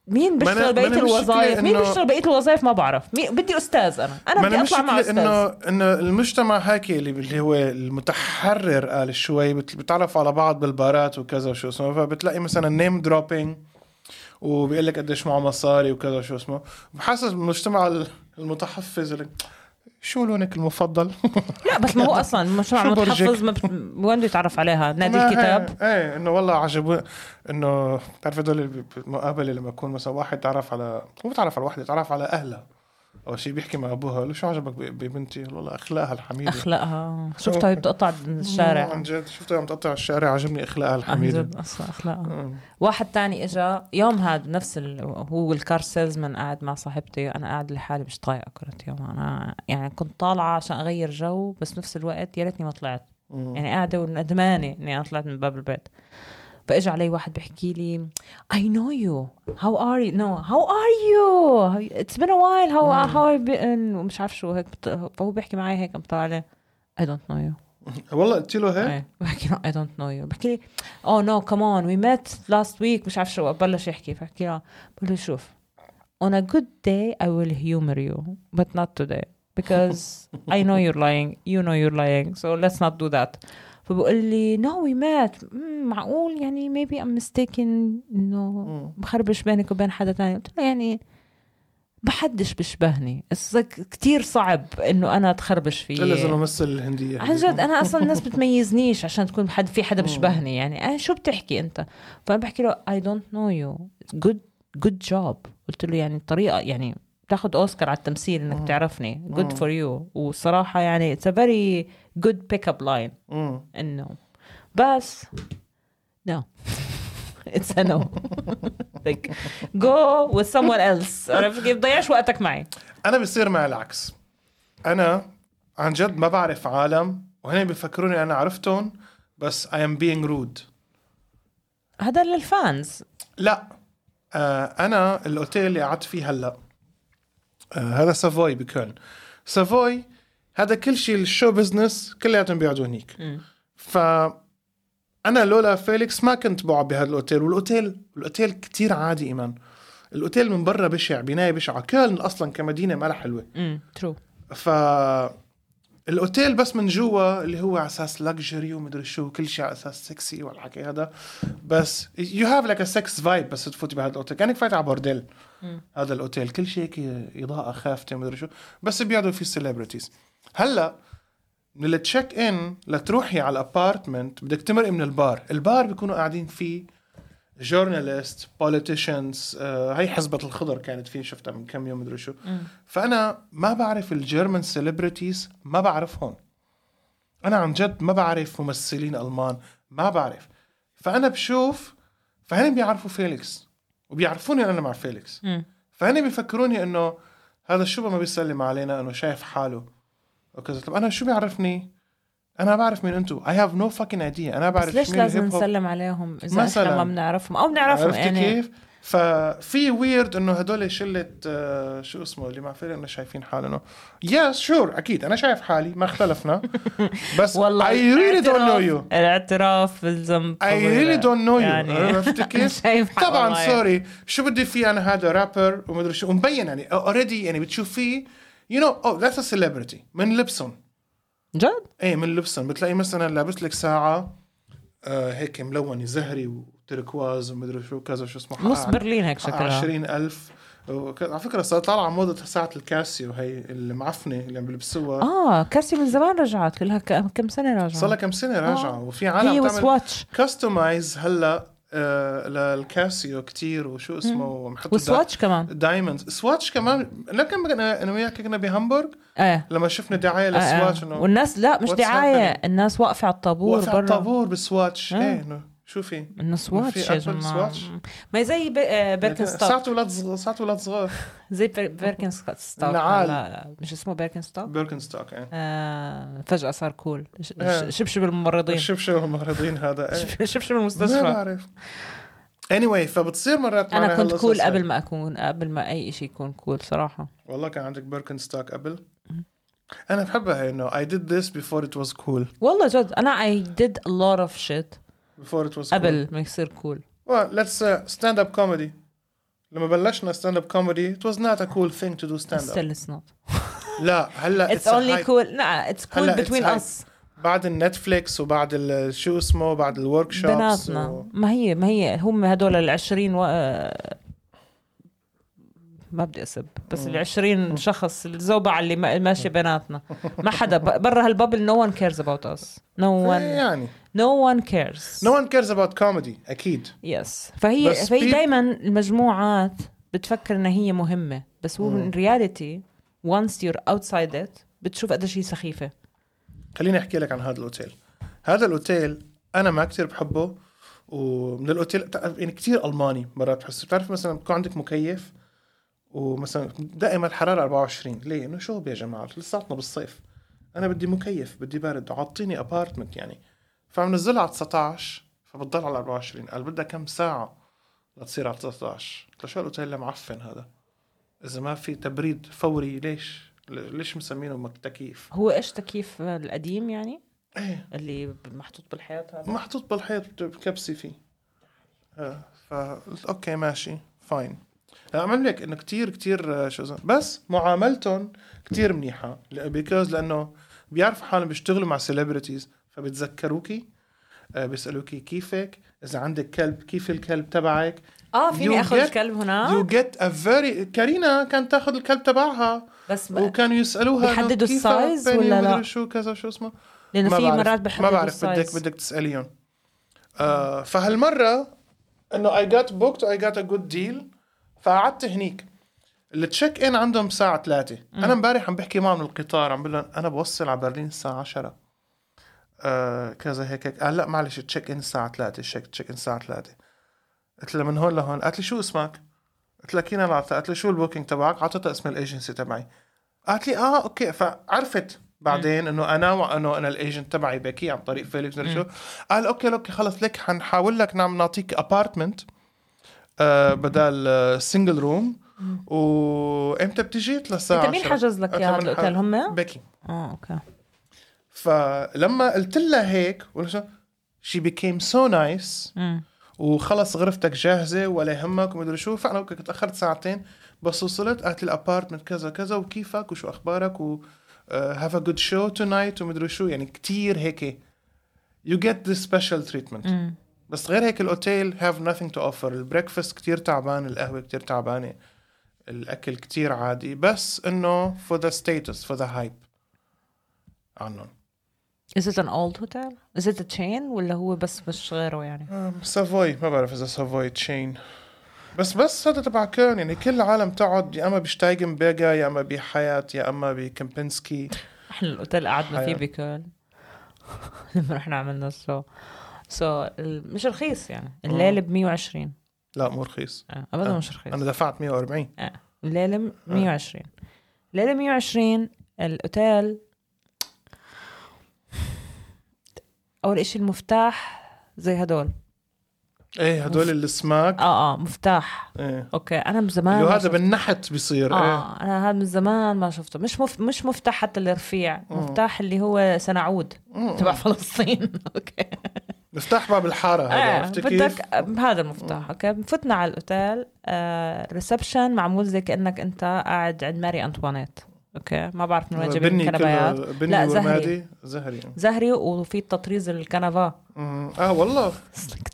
B: مين
A: ما أنا-
B: بيشتغل
A: ما أنا
B: بقية الوظائف
A: مشكلة
B: مين
A: إنه-
B: بيشتغل بقية الوظائف ما بعرف مين بدي استاذ انا انا
A: ما
B: بدي
A: انا
B: اطلع مع
A: مشكلة انه
B: استاذ
A: انه المجتمع هيك اللي اللي هو المتحرر قال شوي بت- بتعرف على بعض بالبارات وكذا وشو اسمه فبتلاقي مثلا نيم دروبينج وبيقول لك قديش معه مصاري وكذا وشو اسمه بحسس المجتمع ال- المتحفز اللي شو لونك المفضل؟
B: لا بس ما هو اصلا المجتمع
A: شو برجك؟
B: المتحفظ ما بت... وين بده يتعرف عليها نادي
A: ما
B: الكتاب
A: هي- ايه انه والله عجبوني انه بتعرف هدول بالمقابله لما يكون مثلا واحد تعرف على مو بتعرف على واحد تعرف على اهلها او شيء بيحكي مع ابوها قال له شو عجبك ب- ببنتي؟ قال والله اخلاقها الحميده
B: اخلاقها شفتها وهي بتقطع الشارع
A: عن جد شفتها عم تقطع الشارع عجبني اخلاقها الحميده
B: عن جد اصلا اخلاقها
A: أمم.
B: واحد تاني اجى يوم هاد نفس ال... هو الكار سيلزمان قاعد مع صاحبتي انا قاعد لحالي مش طايقه كرة يوم انا يعني كنت طالعه عشان اغير جو بس نفس الوقت يا ريتني ما طلعت يعني قاعده وندمانه اني انا طلعت من باب البيت فاجى علي واحد بيحكي لي I know you how are you no how are you it's been a while how how I been ومش عارف شو هيك بت- فهو بيحكي معي هيك عم طلع عليه I don't know you
A: والله قلت له هيك
B: ايه بحكي له اي دونت نو يو بحكي لي "Oh, اوه نو كمان وي ميت لاست ويك مش عارف شو بلش يحكي فحكي له بقول له شوف on a good day I will humor you but not today because I know you're lying you know you're lying so let's not do that فبقول لي no we met "مم، معقول يعني maybe I'm mistaken انه بخربش بينك وبين حدا تاني قلت له يعني بحدش بشبهني It's like كتير صعب انه انا اتخربش فيه
A: الا اذا ممثل الهنديه
B: عن جد انا اصلا الناس بتميزنيش عشان تكون حد في حدا بيشبهني يعني أنا شو بتحكي انت فانا بحكي له اي دونت نو يو جود جود جوب قلت له يعني الطريقه يعني تاخذ اوسكار على التمثيل انك تعرفني جود فور يو والصراحه يعني اتس ا فيري جود بيك اب لاين
A: أمم.
B: انه بس no it's a no like go with someone else عرفت كيف ضيعش وقتك معي
A: انا بصير معي العكس انا عن جد ما بعرف عالم وهنا بيفكروني انا عرفتهم بس I am being rude
B: هذا للفانز
A: لا آه انا الاوتيل اللي قعدت فيه هلا آه هذا سافوي بكولن سافوي هذا كل شيء الشو بزنس كلياتهم بيقعدوا هنيك ف انا لولا فيليكس ما كنت بقعد بهذا الاوتيل والاوتيل الاوتيل كتير عادي ايمان الاوتيل من برا بشع بنايه بشعه كولن اصلا كمدينه ما لها حلوه
B: امم ترو
A: ف الاوتيل بس من جوا اللي هو على اساس لكجري ومدري شو كل شيء على اساس سكسي والحكي هذا بس يو هاف لايك ا سكس فايب بس تفوتي بهذا الاوتيل كانك فايت على بورديل هذا الاوتيل كل شيء هيك اضاءه خافته مدري شو بس بيقعدوا فيه سيلبرتيز هلا من التشيك ان لتروحي على الابارتمنت بدك تمرقي من البار البار بيكونوا قاعدين فيه جورناليست بوليتيشنز هاي آه، حزبة الخضر كانت فيه شفتها من كم يوم مدري شو فأنا ما بعرف الجيرمان سيلبرتيز ما بعرفهم أنا عن جد ما بعرف ممثلين ألمان ما بعرف فأنا بشوف فهن بيعرفوا فيليكس وبيعرفوني أنا مع فيليكس
B: Mm.
A: فهن بيفكروني إنه هذا الشبه ما بيسلم علينا إنه شايف حاله وكذا طب أنا شو بيعرفني أنا بعرف مين أنتو I have no fucking idea أنا بعرف
B: بس ليش
A: مين
B: لازم
A: الهيب هوب.
B: نسلم عليهم اذا
A: مثلاً.
B: احنا ما بنعرفهم او بنعرفهم
A: عرفتي
B: يعني
A: كيف؟ ففي ويرد انه هدول شله آه، شو اسمه اللي مع فريق انه شايفين حالنا يس شور اكيد انا شايف حالي ما اختلفنا بس
B: والله
A: اي ريلي دونت نو
B: الاعتراف-
A: يو
B: الاعتراف بالذنب
A: اي
B: فضيلة.
A: ريلي دونت نو يو
B: يعني
A: عرفتي كيف؟
B: شايف حق
A: طبعا
B: والله.
A: سوري شو بدي فيه انا هذا رابر ومدري شو ومبين يعني اوريدي يعني بتشوف فيه يو نو او ذاتس سيلبرتي من لبسهم
B: جد؟
A: ايه من لبسهم بتلاقي مثلا لابس لك ساعه آه هيك ملونه زهري وتركواز ومدري شو كذا شو اسمه
B: نص
A: حقق-
B: برلين هيك شكلها
A: آه، عشرين ألف وك- على فكرة صار طالعة موضة ساعة الكاسيو هي المعفنة اللي عم بيلبسوها
B: اه كاسي من زمان رجعت لها ك- كم سنه رجعت
A: صار لها كم سنة
B: آه.
A: راجعة وفي
B: هي
A: عالم تعمل
B: وسواتش
A: كاستمايز هلا آه، للكاسيو كتير وشو اسمه ومحطوا
B: وسواتش كمان
A: دايموندز سواتش كمان لكن انا أنا وياك كنا بهامبورغ
B: ايه
A: لما شفنا دعايه
B: آه، آه.
A: لسواتش انه
B: والناس لا مش
A: What's
B: دعايه
A: happening؟
B: الناس واقفه على الطابور
A: وقف على
B: برا
A: الطابور بسواتش
B: آه.
A: ايه إنه شو في
B: انه سواتش
A: في
B: يا
A: أبل
B: جماعه
A: سواتش؟ يعني
B: ما هي زي بي- آه، بيركن ستوك
A: ساعة اولاد صغار ساعة اولاد صغار
B: زي بير- بيركن ستوك لا
A: نعال.
B: لا مش اسمه بيركن ستوك
A: بيركنستوك ايه
B: آه فجأة صار كول ش-
A: آه.
B: شبشب الممرضين
A: الشبشب المغرضين هذا ايه
B: شبشب
A: ما
B: المستشفى
A: بعرف anyway فبتصير مرات معنا
B: انا كنت
A: هالقصص
B: كول
A: هاي.
B: قبل ما اكون قبل ما اي شيء يكون كول صراحه
A: والله كان عندك بيركنستوك قبل انا بحبها هي انه I did this before it was cool
B: والله جد انا اي ديد ا لوت اوف شيت
A: before it was cool.
B: قبل ما يصير كول
A: well let's uh, stand up comedy لما بلشنا ستاند اب كوميدي it was not a cool thing to do stand up
B: ستيل اتس نوت
A: لا هلا
B: اتس
A: a
B: اونلي
A: hype.
B: كول لا اتس كول
A: هلا it's
B: بتوين
A: hype.
B: اس
A: بعد النتفليكس وبعد ال- شو اسمه بعد الورك شوبس
B: بناتنا ما هي ما هي هم هدول ال 20 و... ما بدي اسب بس ال 20 شخص الزوبعه اللي ما- ماشيه بيناتنا ما حدا ب- برا هالببل نو ون كيرز اباوت اس نو ون
A: يعني
B: نو ون كيرز
A: no one cares about comedy اكيد
B: يس فهي
A: بس
B: فهي
A: في-
B: دائما المجموعات بتفكر انها هي مهمه بس هو ان رياليتي once you're outside it بتشوف قديش هي سخيفه
A: خليني احكي لك عن هذا الاوتيل هذا الاوتيل انا ما كتير بحبه ومن الاوتيل بتعرف- يعني كتير الماني مرات بحس بتعرف مثلا بكون عندك مكيف ومثلا دائما الحراره 24 ليه انه شوب يا جماعه لساتنا بالصيف انا بدي مكيف بدي بارد عطيني ابارتمنت يعني فعم نزلها على 19 فبتضل على 24 قال بدها كم ساعه لتصير على 19 قلت له شو الاوتيل المعفن هذا اذا ما في تبريد فوري ليش ليش مسمينه مك- تكييف
B: هو ايش تكييف القديم يعني
A: ايه
B: اللي محطوط بالحيط هذا
A: محطوط بالحيط بكبسي فيه آه، فقلت اوكي ماشي فاين عمل لك انه كتير كتير آه، شو اسمه بس معاملتهم كتير منيحه بيكوز لانه بيعرفوا حالهم بيشتغلوا مع سيلبرتيز فبتذكروكي آه، بيسالوكي كيفك اذا عندك كلب كيف الكلب تبعك
B: اه
A: You
B: فيني اخذ
A: get-
B: كلب هنا
A: يو جيت ا فيري كارينا كانت تاخذ الكلب تبعها
B: بس ب...
A: وكانوا يسالوها إنه
B: بيحددوا
A: كيف
B: السايز
A: بيني
B: ولا لا؟
A: ومدري شو كذا شو اسمه
B: لانه
A: ما
B: في
A: بعرف-
B: مرات بحددوا
A: ما بعرف
B: السايز.
A: بدك بدك تساليهم آه فهالمره انه اي جات بوكت اي جات ا جود ديل فقعدت هنيك التشيك ان عندهم الساعه 3 انا امبارح عم بحكي معهم من القطار عم بقول لهم انا بوصل على برلين الساعه 10 آه كذا هيك هيك قال لا معلش التشيك ان الساعه 3 التشيك تشيك ان الساعه 3 قلت له من هون لهون قالت لي شو اسمك؟ قلت لها كينا العطا قالت لي شو البوكينج تبعك؟ اعطيتها اسم الايجنسي تبعي قالت لي اه اوكي فعرفت بعدين انه انا وانه انا الايجنت تبعي بكي عن طريق فيليبس مدري شو قال اوكي اوكي خلص لك حنحاول لك نعم نعطيك ابارتمنت آه بدل سنجل روم وامتى بتجي؟ للساعه
B: انت مين
A: 10.
B: حجز لك
A: قلت
B: يا
A: لها
B: هذا
A: من
B: الاوتيل
A: حق-
B: هم؟
A: بكي
B: اه اوكي
A: فلما قلت لها هيك شي became so nice
B: مم.
A: وخلص غرفتك جاهزه ولا يهمك ومدري شو فانا وكك تاخرت ساعتين بس وصلت قالت لي الابارتمنت كذا كذا وكيفك وشو اخبارك و آه، هاف ا جود شو تونايت ومدري شو يعني كتير هيك يو جيت ذس سبيشال تريتمنت
B: مم.
A: بس غير هيك الاوتيل هاف nothing تو اوفر البريكفاست كتير تعبان القهوه كتير تعبانه الاكل كتير عادي بس انه فور ذا ستاتس فور ذا هايب عنهم
B: Is it an old hotel? Is it a chain ولا هو بس مش غيره يعني؟
A: أم، سافوي ما بعرف اذا سافوي تشين بس بس هذا تبع كيرن يعني كل العالم تقعد يا اما بشتايجن بيجا يا اما بحياة يا اما بكمبنسكي
B: احنا الاوتيل قعدنا فيه
A: حياة.
B: بكل لما رحنا عملنا الشو سو مش رخيص يعني
A: آه.
B: الليله ب 120
A: لا مو رخيص
B: آه، ابدا مش رخيص
A: انا دفعت 140
B: آه. الليله م- 120 الليله 120 الاوتيل اول اشي المفتاح زي هدول
A: ايه هدول السماك
B: اه اه مفتاح
A: ايه
B: اوكي انا من زمان
A: لو
B: ما
A: هذا
B: شفت-
A: بالنحت بيصير ايه
B: اه انا هذا من زمان ما شفته مش مف... مش مفتاح حتى الرفيع مفتاح اللي هو سنعود تبع فلسطين اوكي
A: مفتاح باب الحاره هذا
B: آه،
A: عرفت كيف؟
B: بدك بهذا المفتاح اوكي فتنا على الاوتيل آه، ريسبشن معمول زي كانك انت قاعد عند ماري انطوانيت اوكي ما بعرف من وين جايبين
A: آه، بني
B: الكنبايات
A: كله بني
B: لا،
A: لا
B: زهري.
A: ورمادي زهري
B: زهري وفي تطريز الكنفا
A: مم. اه والله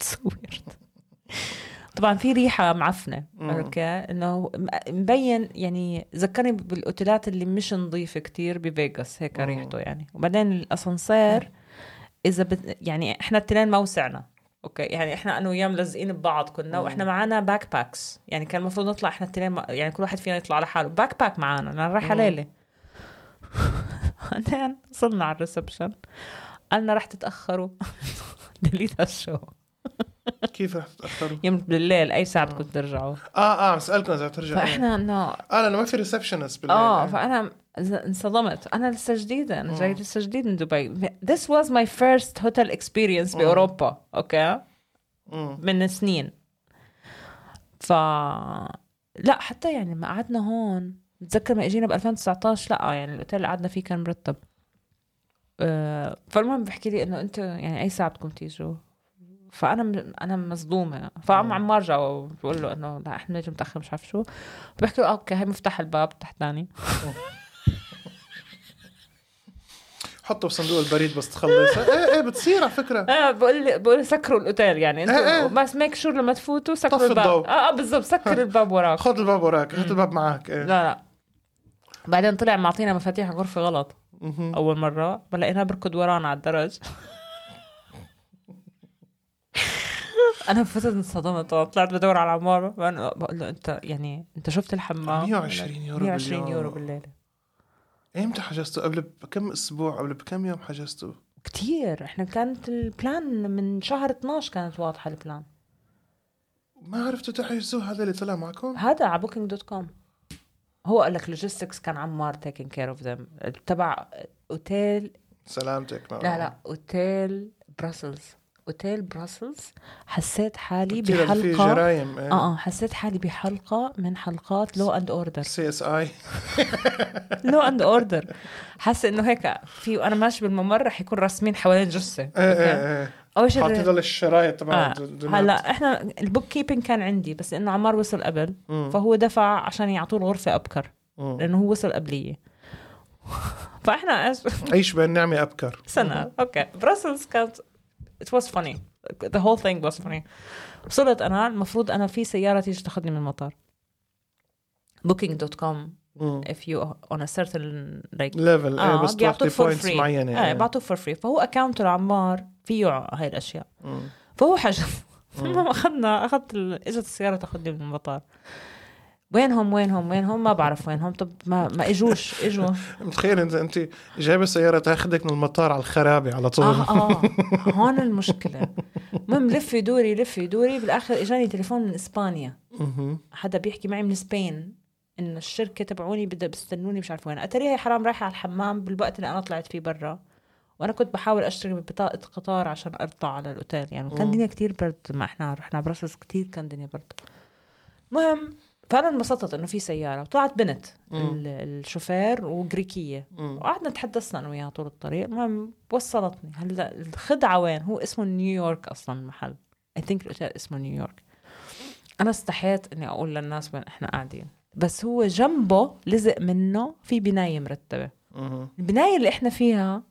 B: تصوير طبعا في ريحه معفنه اوكي انه م- مبين يعني ذكرني بالاوتيلات اللي مش نظيفه كتير بفيغاس هيك ريحته يعني وبعدين الاسانسير اذا بت... يعني احنا التنين ما وسعنا اوكي يعني احنا انا وياه ملزقين ببعض كنا واحنا معانا باك باكس يعني كان المفروض نطلع احنا التنين ما- يعني كل واحد فينا يطلع على حاله باك باك معانا انا رايحه ليله بعدين وصلنا على الريسبشن قالنا رح تتاخروا ديليت هالشو
A: كيف رح تتاخروا؟
B: يوم بالليل اي ساعه بدكم ترجعوا
A: اه اه عم اسالكم اذا رح ترجع إيه.
B: فاحنا انه
A: اه لانه ما في ريسبشنست بالليل
B: اه
A: إيه.
B: فانا ز- انصدمت انا لسه جديده انا جاي لسه جديد من دبي This was my first hotel experience باوروبا اوكي
A: مم.
B: من سنين ف لا حتى يعني ما قعدنا هون بتذكر ما اجينا ب 2019 لا يعني الاوتيل اللي قعدنا فيه كان مرتب آه، فالمهم بحكي لي انه انت يعني اي ساعه بدكم تيجوا فانا م- انا مصدومه فعم عمار جاوب بقول له انه لا احنا بنجي متاخر مش عارف شو بحكي له آه، اوكي هي مفتاح الباب تحتاني
A: حطه بصندوق البريد بس تخلص ايه ايه بتصير على فكره
B: آه بقول لي بقول لي سكروا الاوتيل يعني
A: إيه،
B: انتوا
A: إيه.
B: بس ميك شور لما تفوتوا
A: طفي
B: سكروا الباب
A: الضوء.
B: اه, آه بالضبط سكر الباب وراك
A: خذ الباب وراك هات الباب معك ايه
B: لا لا بعدين طلع معطينا مفاتيح غرفة غلط أول مرة بلاقينا بركض ورانا على الدرج أنا فتت انصدمت والله. طلعت بدور على عمار بقول بقول له أنت يعني أنت شفت الحمام
A: 120 يورو
B: 120
A: باليوم.
B: يورو بالليلة
A: امتى حجزته قبل بكم اسبوع قبل بكم يوم حجزته
B: كتير احنا كانت البلان من شهر 12 كانت واضحة البلان
A: ما عرفتوا تحجزوه هذا اللي طلع معكم
B: هذا على بوكينج دوت كوم هو قال لك لوجيستكس كان عمار تيكن كير اوف ذم تبع اوتيل
A: سلامتك
B: لا لا اوتيل براسلز اوتيل براسلز حسيت حالي
A: في
B: بحلقه
A: جرايم ايه
B: اه اه حسيت حالي بحلقه من حلقات لو اند اوردر
A: سي اس اي
B: لو اند اوردر حاسه انه هيك في وانا ماشي بالممر رح يكون راسمين حوالين جثه
A: ايه
B: أوكي؟
A: ايه ايه
B: اول شيء
A: حاطين ضل الشرايط تبع
B: آه.
A: الدنيا.
B: هلا احنا البوك كيبنج كان عندي بس انه عمار وصل قبل فهو دفع عشان يعطوه الغرفه ابكر
A: مم.
B: لانه هو وصل قبليه فاحنا أس-
A: عيش بالنعمه ابكر
B: سنة اوكي براسلز كانت it was funny the whole thing was funny وصلت انا المفروض انا في سيارة تيجي تاخذني من المطار booking dot com if you on a certain like
A: ليفل ايه
B: اه
A: بس
B: آه، بيعطوك
A: تعطي
B: فور
A: بوينتس
B: فري
A: معينه
B: ايه
A: إيه.
B: بيعطوك فور فري فهو اكاونت لعمار فيه هاي الاشياء
A: مم.
B: فهو حجز المهم اخذنا اخذت ال- اجت السياره تاخذني من المطار وينهم وينهم وينهم ما بعرف وينهم طب ما ما اجوش اجوا
A: متخيل انت انت جايبه سياره تاخذك من المطار على الخرابه على طول
B: اه اه هون المشكله المهم لفي دوري لفي دوري بالاخر اجاني تليفون من اسبانيا
A: مهم.
B: حدا بيحكي معي من سبين انه الشركه تبعوني بدها بستنوني مش عارف وين اتاري هي حرام رايحه على الحمام بالوقت اللي انا طلعت فيه برا وانا كنت بحاول اشتري ببطاقه قطار عشان ارضى على الاوتيل يعني كان دنيا كتير برد ما احنا رحنا على براسلز كتير كان دنيا برد المهم فانا انبسطت انه في سياره طلعت بنت ال- الشوفير وجريكيه وقعدنا تحدثنا انا وياها طول الطريق المهم وصلتني هلا الخدعه وين هو اسمه نيويورك اصلا المحل اي ثينك الاوتيل اسمه نيويورك انا استحيت اني اقول للناس وين احنا قاعدين بس هو جنبه لزق منه في بنايه مرتبه
A: مهم.
B: البنايه اللي احنا فيها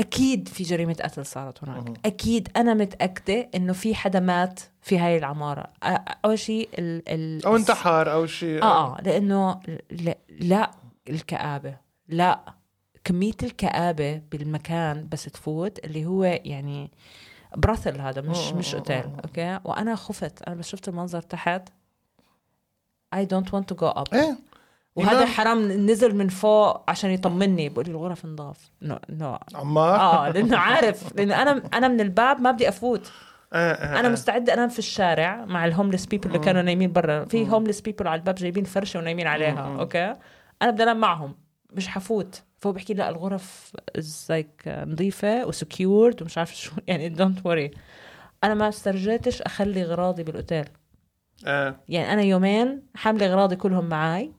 B: اكيد في جريمه قتل صارت هناك
A: مهم.
B: اكيد انا متاكده انه في حدا مات في هاي العماره أ- أ- اول شيء ال ال
A: او انتحر او شيء
B: اه اه لانه لا, لا الكابه لا كميه الكابه بالمكان بس تفوت اللي هو يعني براثل هذا مش مش اوتيل اوكي وانا خفت انا بس شفت المنظر تحت I don't want to go up
A: ايه
B: وهذا
A: إمام
B: حرام نزل من فوق عشان يطمني بقول لي الغرف انضاف نو نو
A: عمار
B: اه لانه عارف لانه انا انا من الباب ما بدي افوت
A: إيه، إيه،
B: انا
A: إيه.
B: مستعده انام في الشارع مع الهوملس بيبل
A: أه.
B: اللي كانوا نايمين برا في هوملس بيبل على الباب جايبين فرشه ونايمين
A: أه.
B: عليها اوكي انا بدي انام معهم مش حفوت فهو بحكي لا الغرف زيك نظيفه وسكيورد ومش عارف شو يعني دونت وري انا ما استرجيتش اخلي غراضي بالاوتيل
A: إيه.
B: يعني انا يومين حامله اغراضي كلهم معاي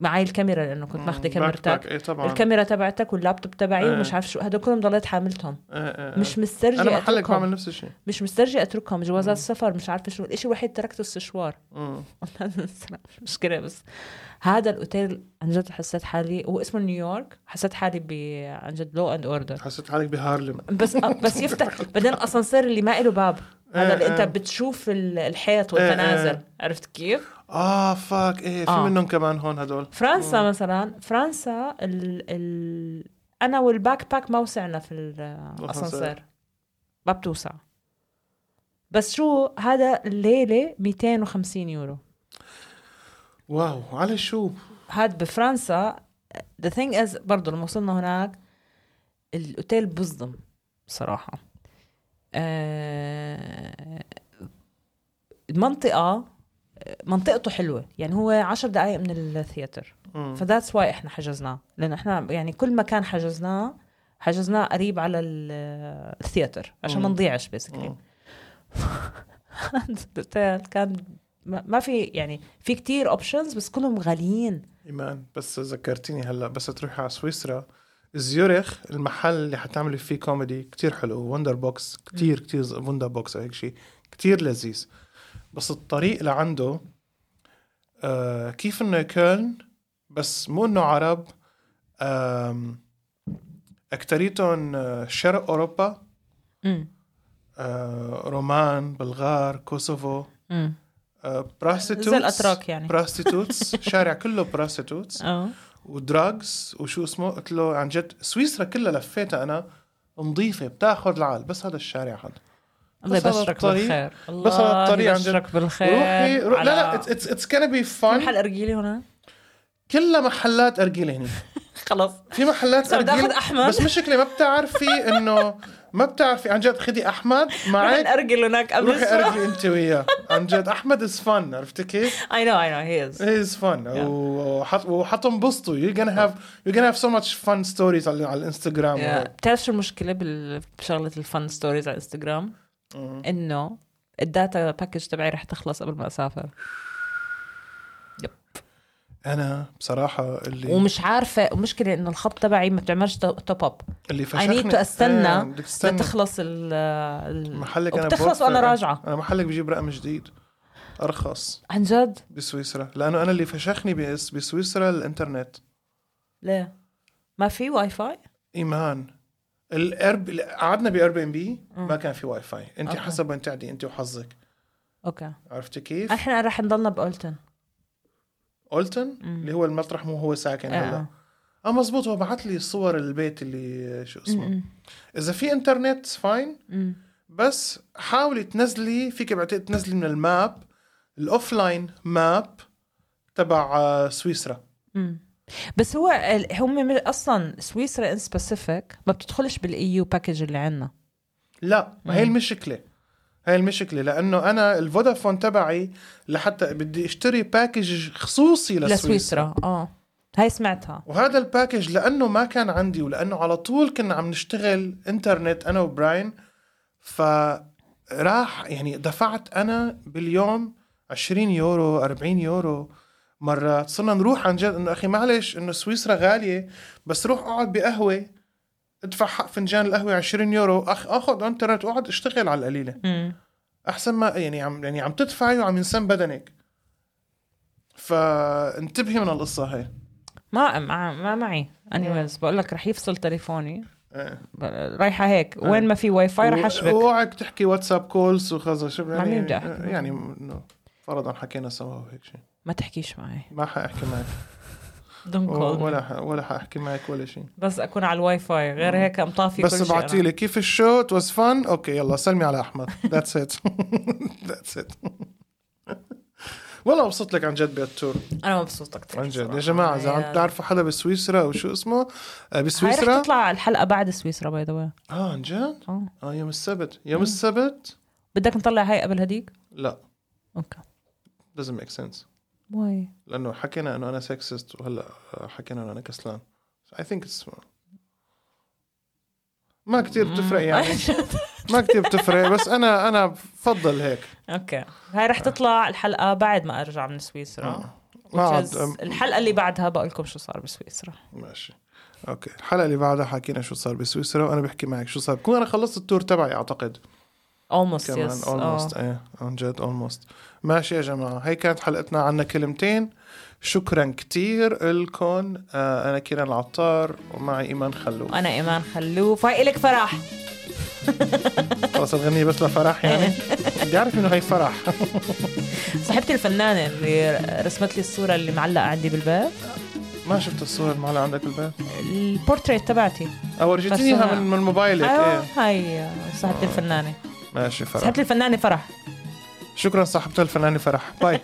B: معاي الكاميرا لانه كنت ماخذه
A: أه. باك-
B: كاميرتك
A: باك، ايه طبعا
B: الكاميرا تبعتك واللابتوب تبعي
A: آه.
B: ومش عارف شو هدول كلهم ضليت حاملتهم
A: إيه، إيه، إيه.
B: مش
A: انا
B: مسترجي
A: محلك
B: اتركهم
A: بعمل نفس الشيء
B: مش مسترجي اتركهم جوازات سفر مش عارفه شو الشيء الوحيد تركته السشوار
A: مم.
B: مش مشكله بس هذا الاوتيل عن جد حسيت حالي هو اسمه نيويورك حسيت حالي ب عن جد لو اند اوردر
A: حسيت حالك بهارلم
B: بس آه، بس يفتح بعدين الاسانسير اللي ما له باب هذا
A: آه،
B: اللي انت
A: آه.
B: بتشوف ال- الحيط
A: آه، آه.
B: والتنازل عرفت كيف؟
A: اه فاك ايه في
B: آه.
A: منهم كمان هون هدول
B: فرنسا مثلا فرنسا ال ال انا والباك باك ما وسعنا في الاسانسير ما بتوسع بس شو هذا الليله 250 يورو
A: واو على شو
B: هاد بفرنسا ذا ثينج از برضه لما وصلنا هناك الاوتيل بصدم صراحه آه، المنطقه منطقته حلوه يعني هو عشر دقائق من الثياتر
A: مم.
B: فذاتس واي احنا حجزناه لانه احنا يعني كل مكان حجزناه حجزناه قريب على ال- الثياتر عشان ما
A: مم.
B: نضيعش بيسكلي
A: مم.
B: الاوتيل كان ما ما في يعني في كتير اوبشنز بس كلهم غاليين
A: ايمان بس ذكرتيني هلا بس تروحي على سويسرا زيورخ المحل اللي حتعملي فيه كوميدي كتير حلو وندر بوكس كتير كتير ز- وندر بوكس او هيك شيء كتير لذيذ بس الطريق لعنده آه كيف انه كيلن بس مو انه عرب آم، اكتريتهم آه، شرق اوروبا
B: امم
A: آه رومان بلغار كوسوفو
B: امم
A: آه براستيتوتس
B: زي الاتراك يعني
A: براستيتوتس شارع كله براستيتوتس
B: اه
A: ودراجز وشو اسمه قلت له عن جد سويسرا كلها لفيتها انا نظيفة بتاخذ العال بس هذا الشارع هذا
B: الله
A: بس على
B: يبشرك
A: الطريق-
B: بالخير الله
A: بس على الطريق عن جد.
B: يبشرك بالخير
A: روحي رو... لا لا
B: على-
A: اتس اتس كان بي
B: في
A: فن
B: محل ارجيلي هنا
A: كلها محلات ارجيله هنا
B: خلص
A: في محلات
B: صار بدي آخذ
A: ارجيله
B: أحمد.
A: بس مشكله ما بتعرفي انه ما بتعرفي عن جد خدي احمد
B: محل
A: معك
B: ارجل هناك قبل
A: روحي
B: شوي
A: ارجلي انت وياه عن جد احمد از فن عرفتي كيف؟
B: اي نو اي نو هي از
A: از فن وحتنبسطوا يو gonna هاف يو gonna هاف سو ماتش فن ستوريز على الانستغرام وهيك.
B: بتعرف شو المشكله بال- بشغله الفن ستوريز على انستغرام
A: مم.
B: انه الداتا باكج تبعي رح تخلص قبل ما اسافر
A: انا بصراحه اللي
B: ومش عارفه المشكله انه الخط تبعي ما بتعملش توب اب
A: اللي
B: اي
A: فشخني
B: نيد تو
A: آه،
B: استنى
A: بدك تستنى.
B: لتخلص ال- ال
A: محلك انا
B: وبتخلص وانا
A: بوفر.
B: راجعه
A: انا محلك بجيب رقم جديد ارخص
B: عن جد
A: بسويسرا لانه انا اللي فشخني بس بسويسرا الانترنت
B: ليه ما في واي فاي
A: ايمان الارب قعدنا باير بي ام بي ما كان في واي فاي انت حسب وين تعدي انت وحظك
B: اوكي
A: عرفتي كيف؟
B: احنا رح نضلنا بأولتن
A: اولتن اللي هو المطرح مو هو ساكن
B: آه.
A: هلا اه مزبوط هو بعت لي صور البيت اللي آه، شو اسمه اذا في انترنت فاين بس حاولي تنزلي فيك بعتقد تنزلي من الماب الاوفلاين ماب تبع آه، سويسرا
B: بس هو ال- هم م- اصلا سويسرا ان سبيسيفيك ما بتدخلش بالايو باكج اللي عندنا
A: لا ما هي المشكله هاي المشكلة لأنه أنا الفودافون تبعي لحتى بدي أشتري باكج خصوصي لسويسرا
B: لسويسرا اه هاي سمعتها
A: وهذا الباكج لأنه ما كان عندي ولأنه على طول كنا عم نشتغل إنترنت أنا وبراين فراح يعني دفعت أنا باليوم 20 يورو 40 يورو مرات صرنا نروح عن جد انه اخي معلش انه سويسرا غاليه بس روح اقعد بقهوه ادفع حق فنجان القهوه 20 يورو أخ اخذ انترنت واقعد اشتغل على القليله
B: مم.
A: احسن ما يعني عم يعني عم تدفعي وعم ينسم بدنك فانتبهي من القصه هاي
B: ما ما, ما معي anyways بقول لك رح يفصل تليفوني
A: إيه.
B: ب- رايحه هيك
A: آه.
B: وين ما في واي فاي رح اشبك
A: اوعك تحكي واتساب كولز وخذا شو
B: مع
A: يعني
B: مين بدي أحكي؟
A: يعني إنه فرضا حكينا سوا وهيك شيء
B: ما تحكيش معي
A: ما حاحكي معك
B: دونت
A: ولا ح... ولا حاحكي معك ولا شيء
B: بس اكون على الواي فاي غير هيك مطافي
A: بس
B: كل شيء
A: ابعتي لي كيف الشو ات واز فن اوكي يلا سلمي على احمد ذاتس ات ذاتس ات والله مبسوط لك عن جد بالتور
B: أنا- انا مبسوطه كثير
A: عن جد يا جماعه اذا عم تعرفوا حدا بسويسرا او شو اسمه آه،
B: هاي رح
A: بسويسرا
B: تطلع الحلقه بعد سويسرا باي ذا
A: اه عن جد
B: آه.
A: اه يوم السبت يوم السبت
B: بدك نطلع هاي قبل هديك
A: لا
B: اوكي
A: doesn't make sense
B: واي
A: لانه حكينا انه انا سكسست وهلا حكينا انه انا كسلان اي ثينك اتس ما كتير
B: Mm.
A: بتفرق يعني ما كتير بتفرق بس انا انا بفضل هيك
B: اوكي هاي رح تطلع الحلقه بعد ما ارجع من سويسرا
A: آه. ما
B: which
A: عاد
B: is الحلقه اللي بعدها بقول لكم شو صار بسويسرا
A: ماشي اوكي الحلقه اللي بعدها حكينا شو صار بسويسرا وانا بحكي معك شو صار بكون انا خلصت التور تبعي اعتقد
B: almost
A: كمان
B: yes
A: اولموست
B: آه.
A: ايه عن جد اولموست ماشي يا جماعه هي كانت حلقتنا عنا كلمتين شكرا كتير لكم آه انا كيران العطار ومعي ايمان خلوف
B: وانا ايمان خلوف هاي الك فرح
A: خلص الغنية بس لفرح يعني بدي اعرف انه هي فرح
B: صاحبتي الفنانه اللي رسمت لي الصوره اللي معلقه عندي بالباب
A: ما شفت الصورة المعلقة عندك بالبيت
B: البورتريت تبعتي
A: او رجعتني اياها من من موبايلك
B: ايوه
A: ايه
B: هاي صاحبتي الفنانه
A: ماشي فرح
B: صاحبتي الفنانه فرح
A: شكرا صاحبتها الفنانة فرح باي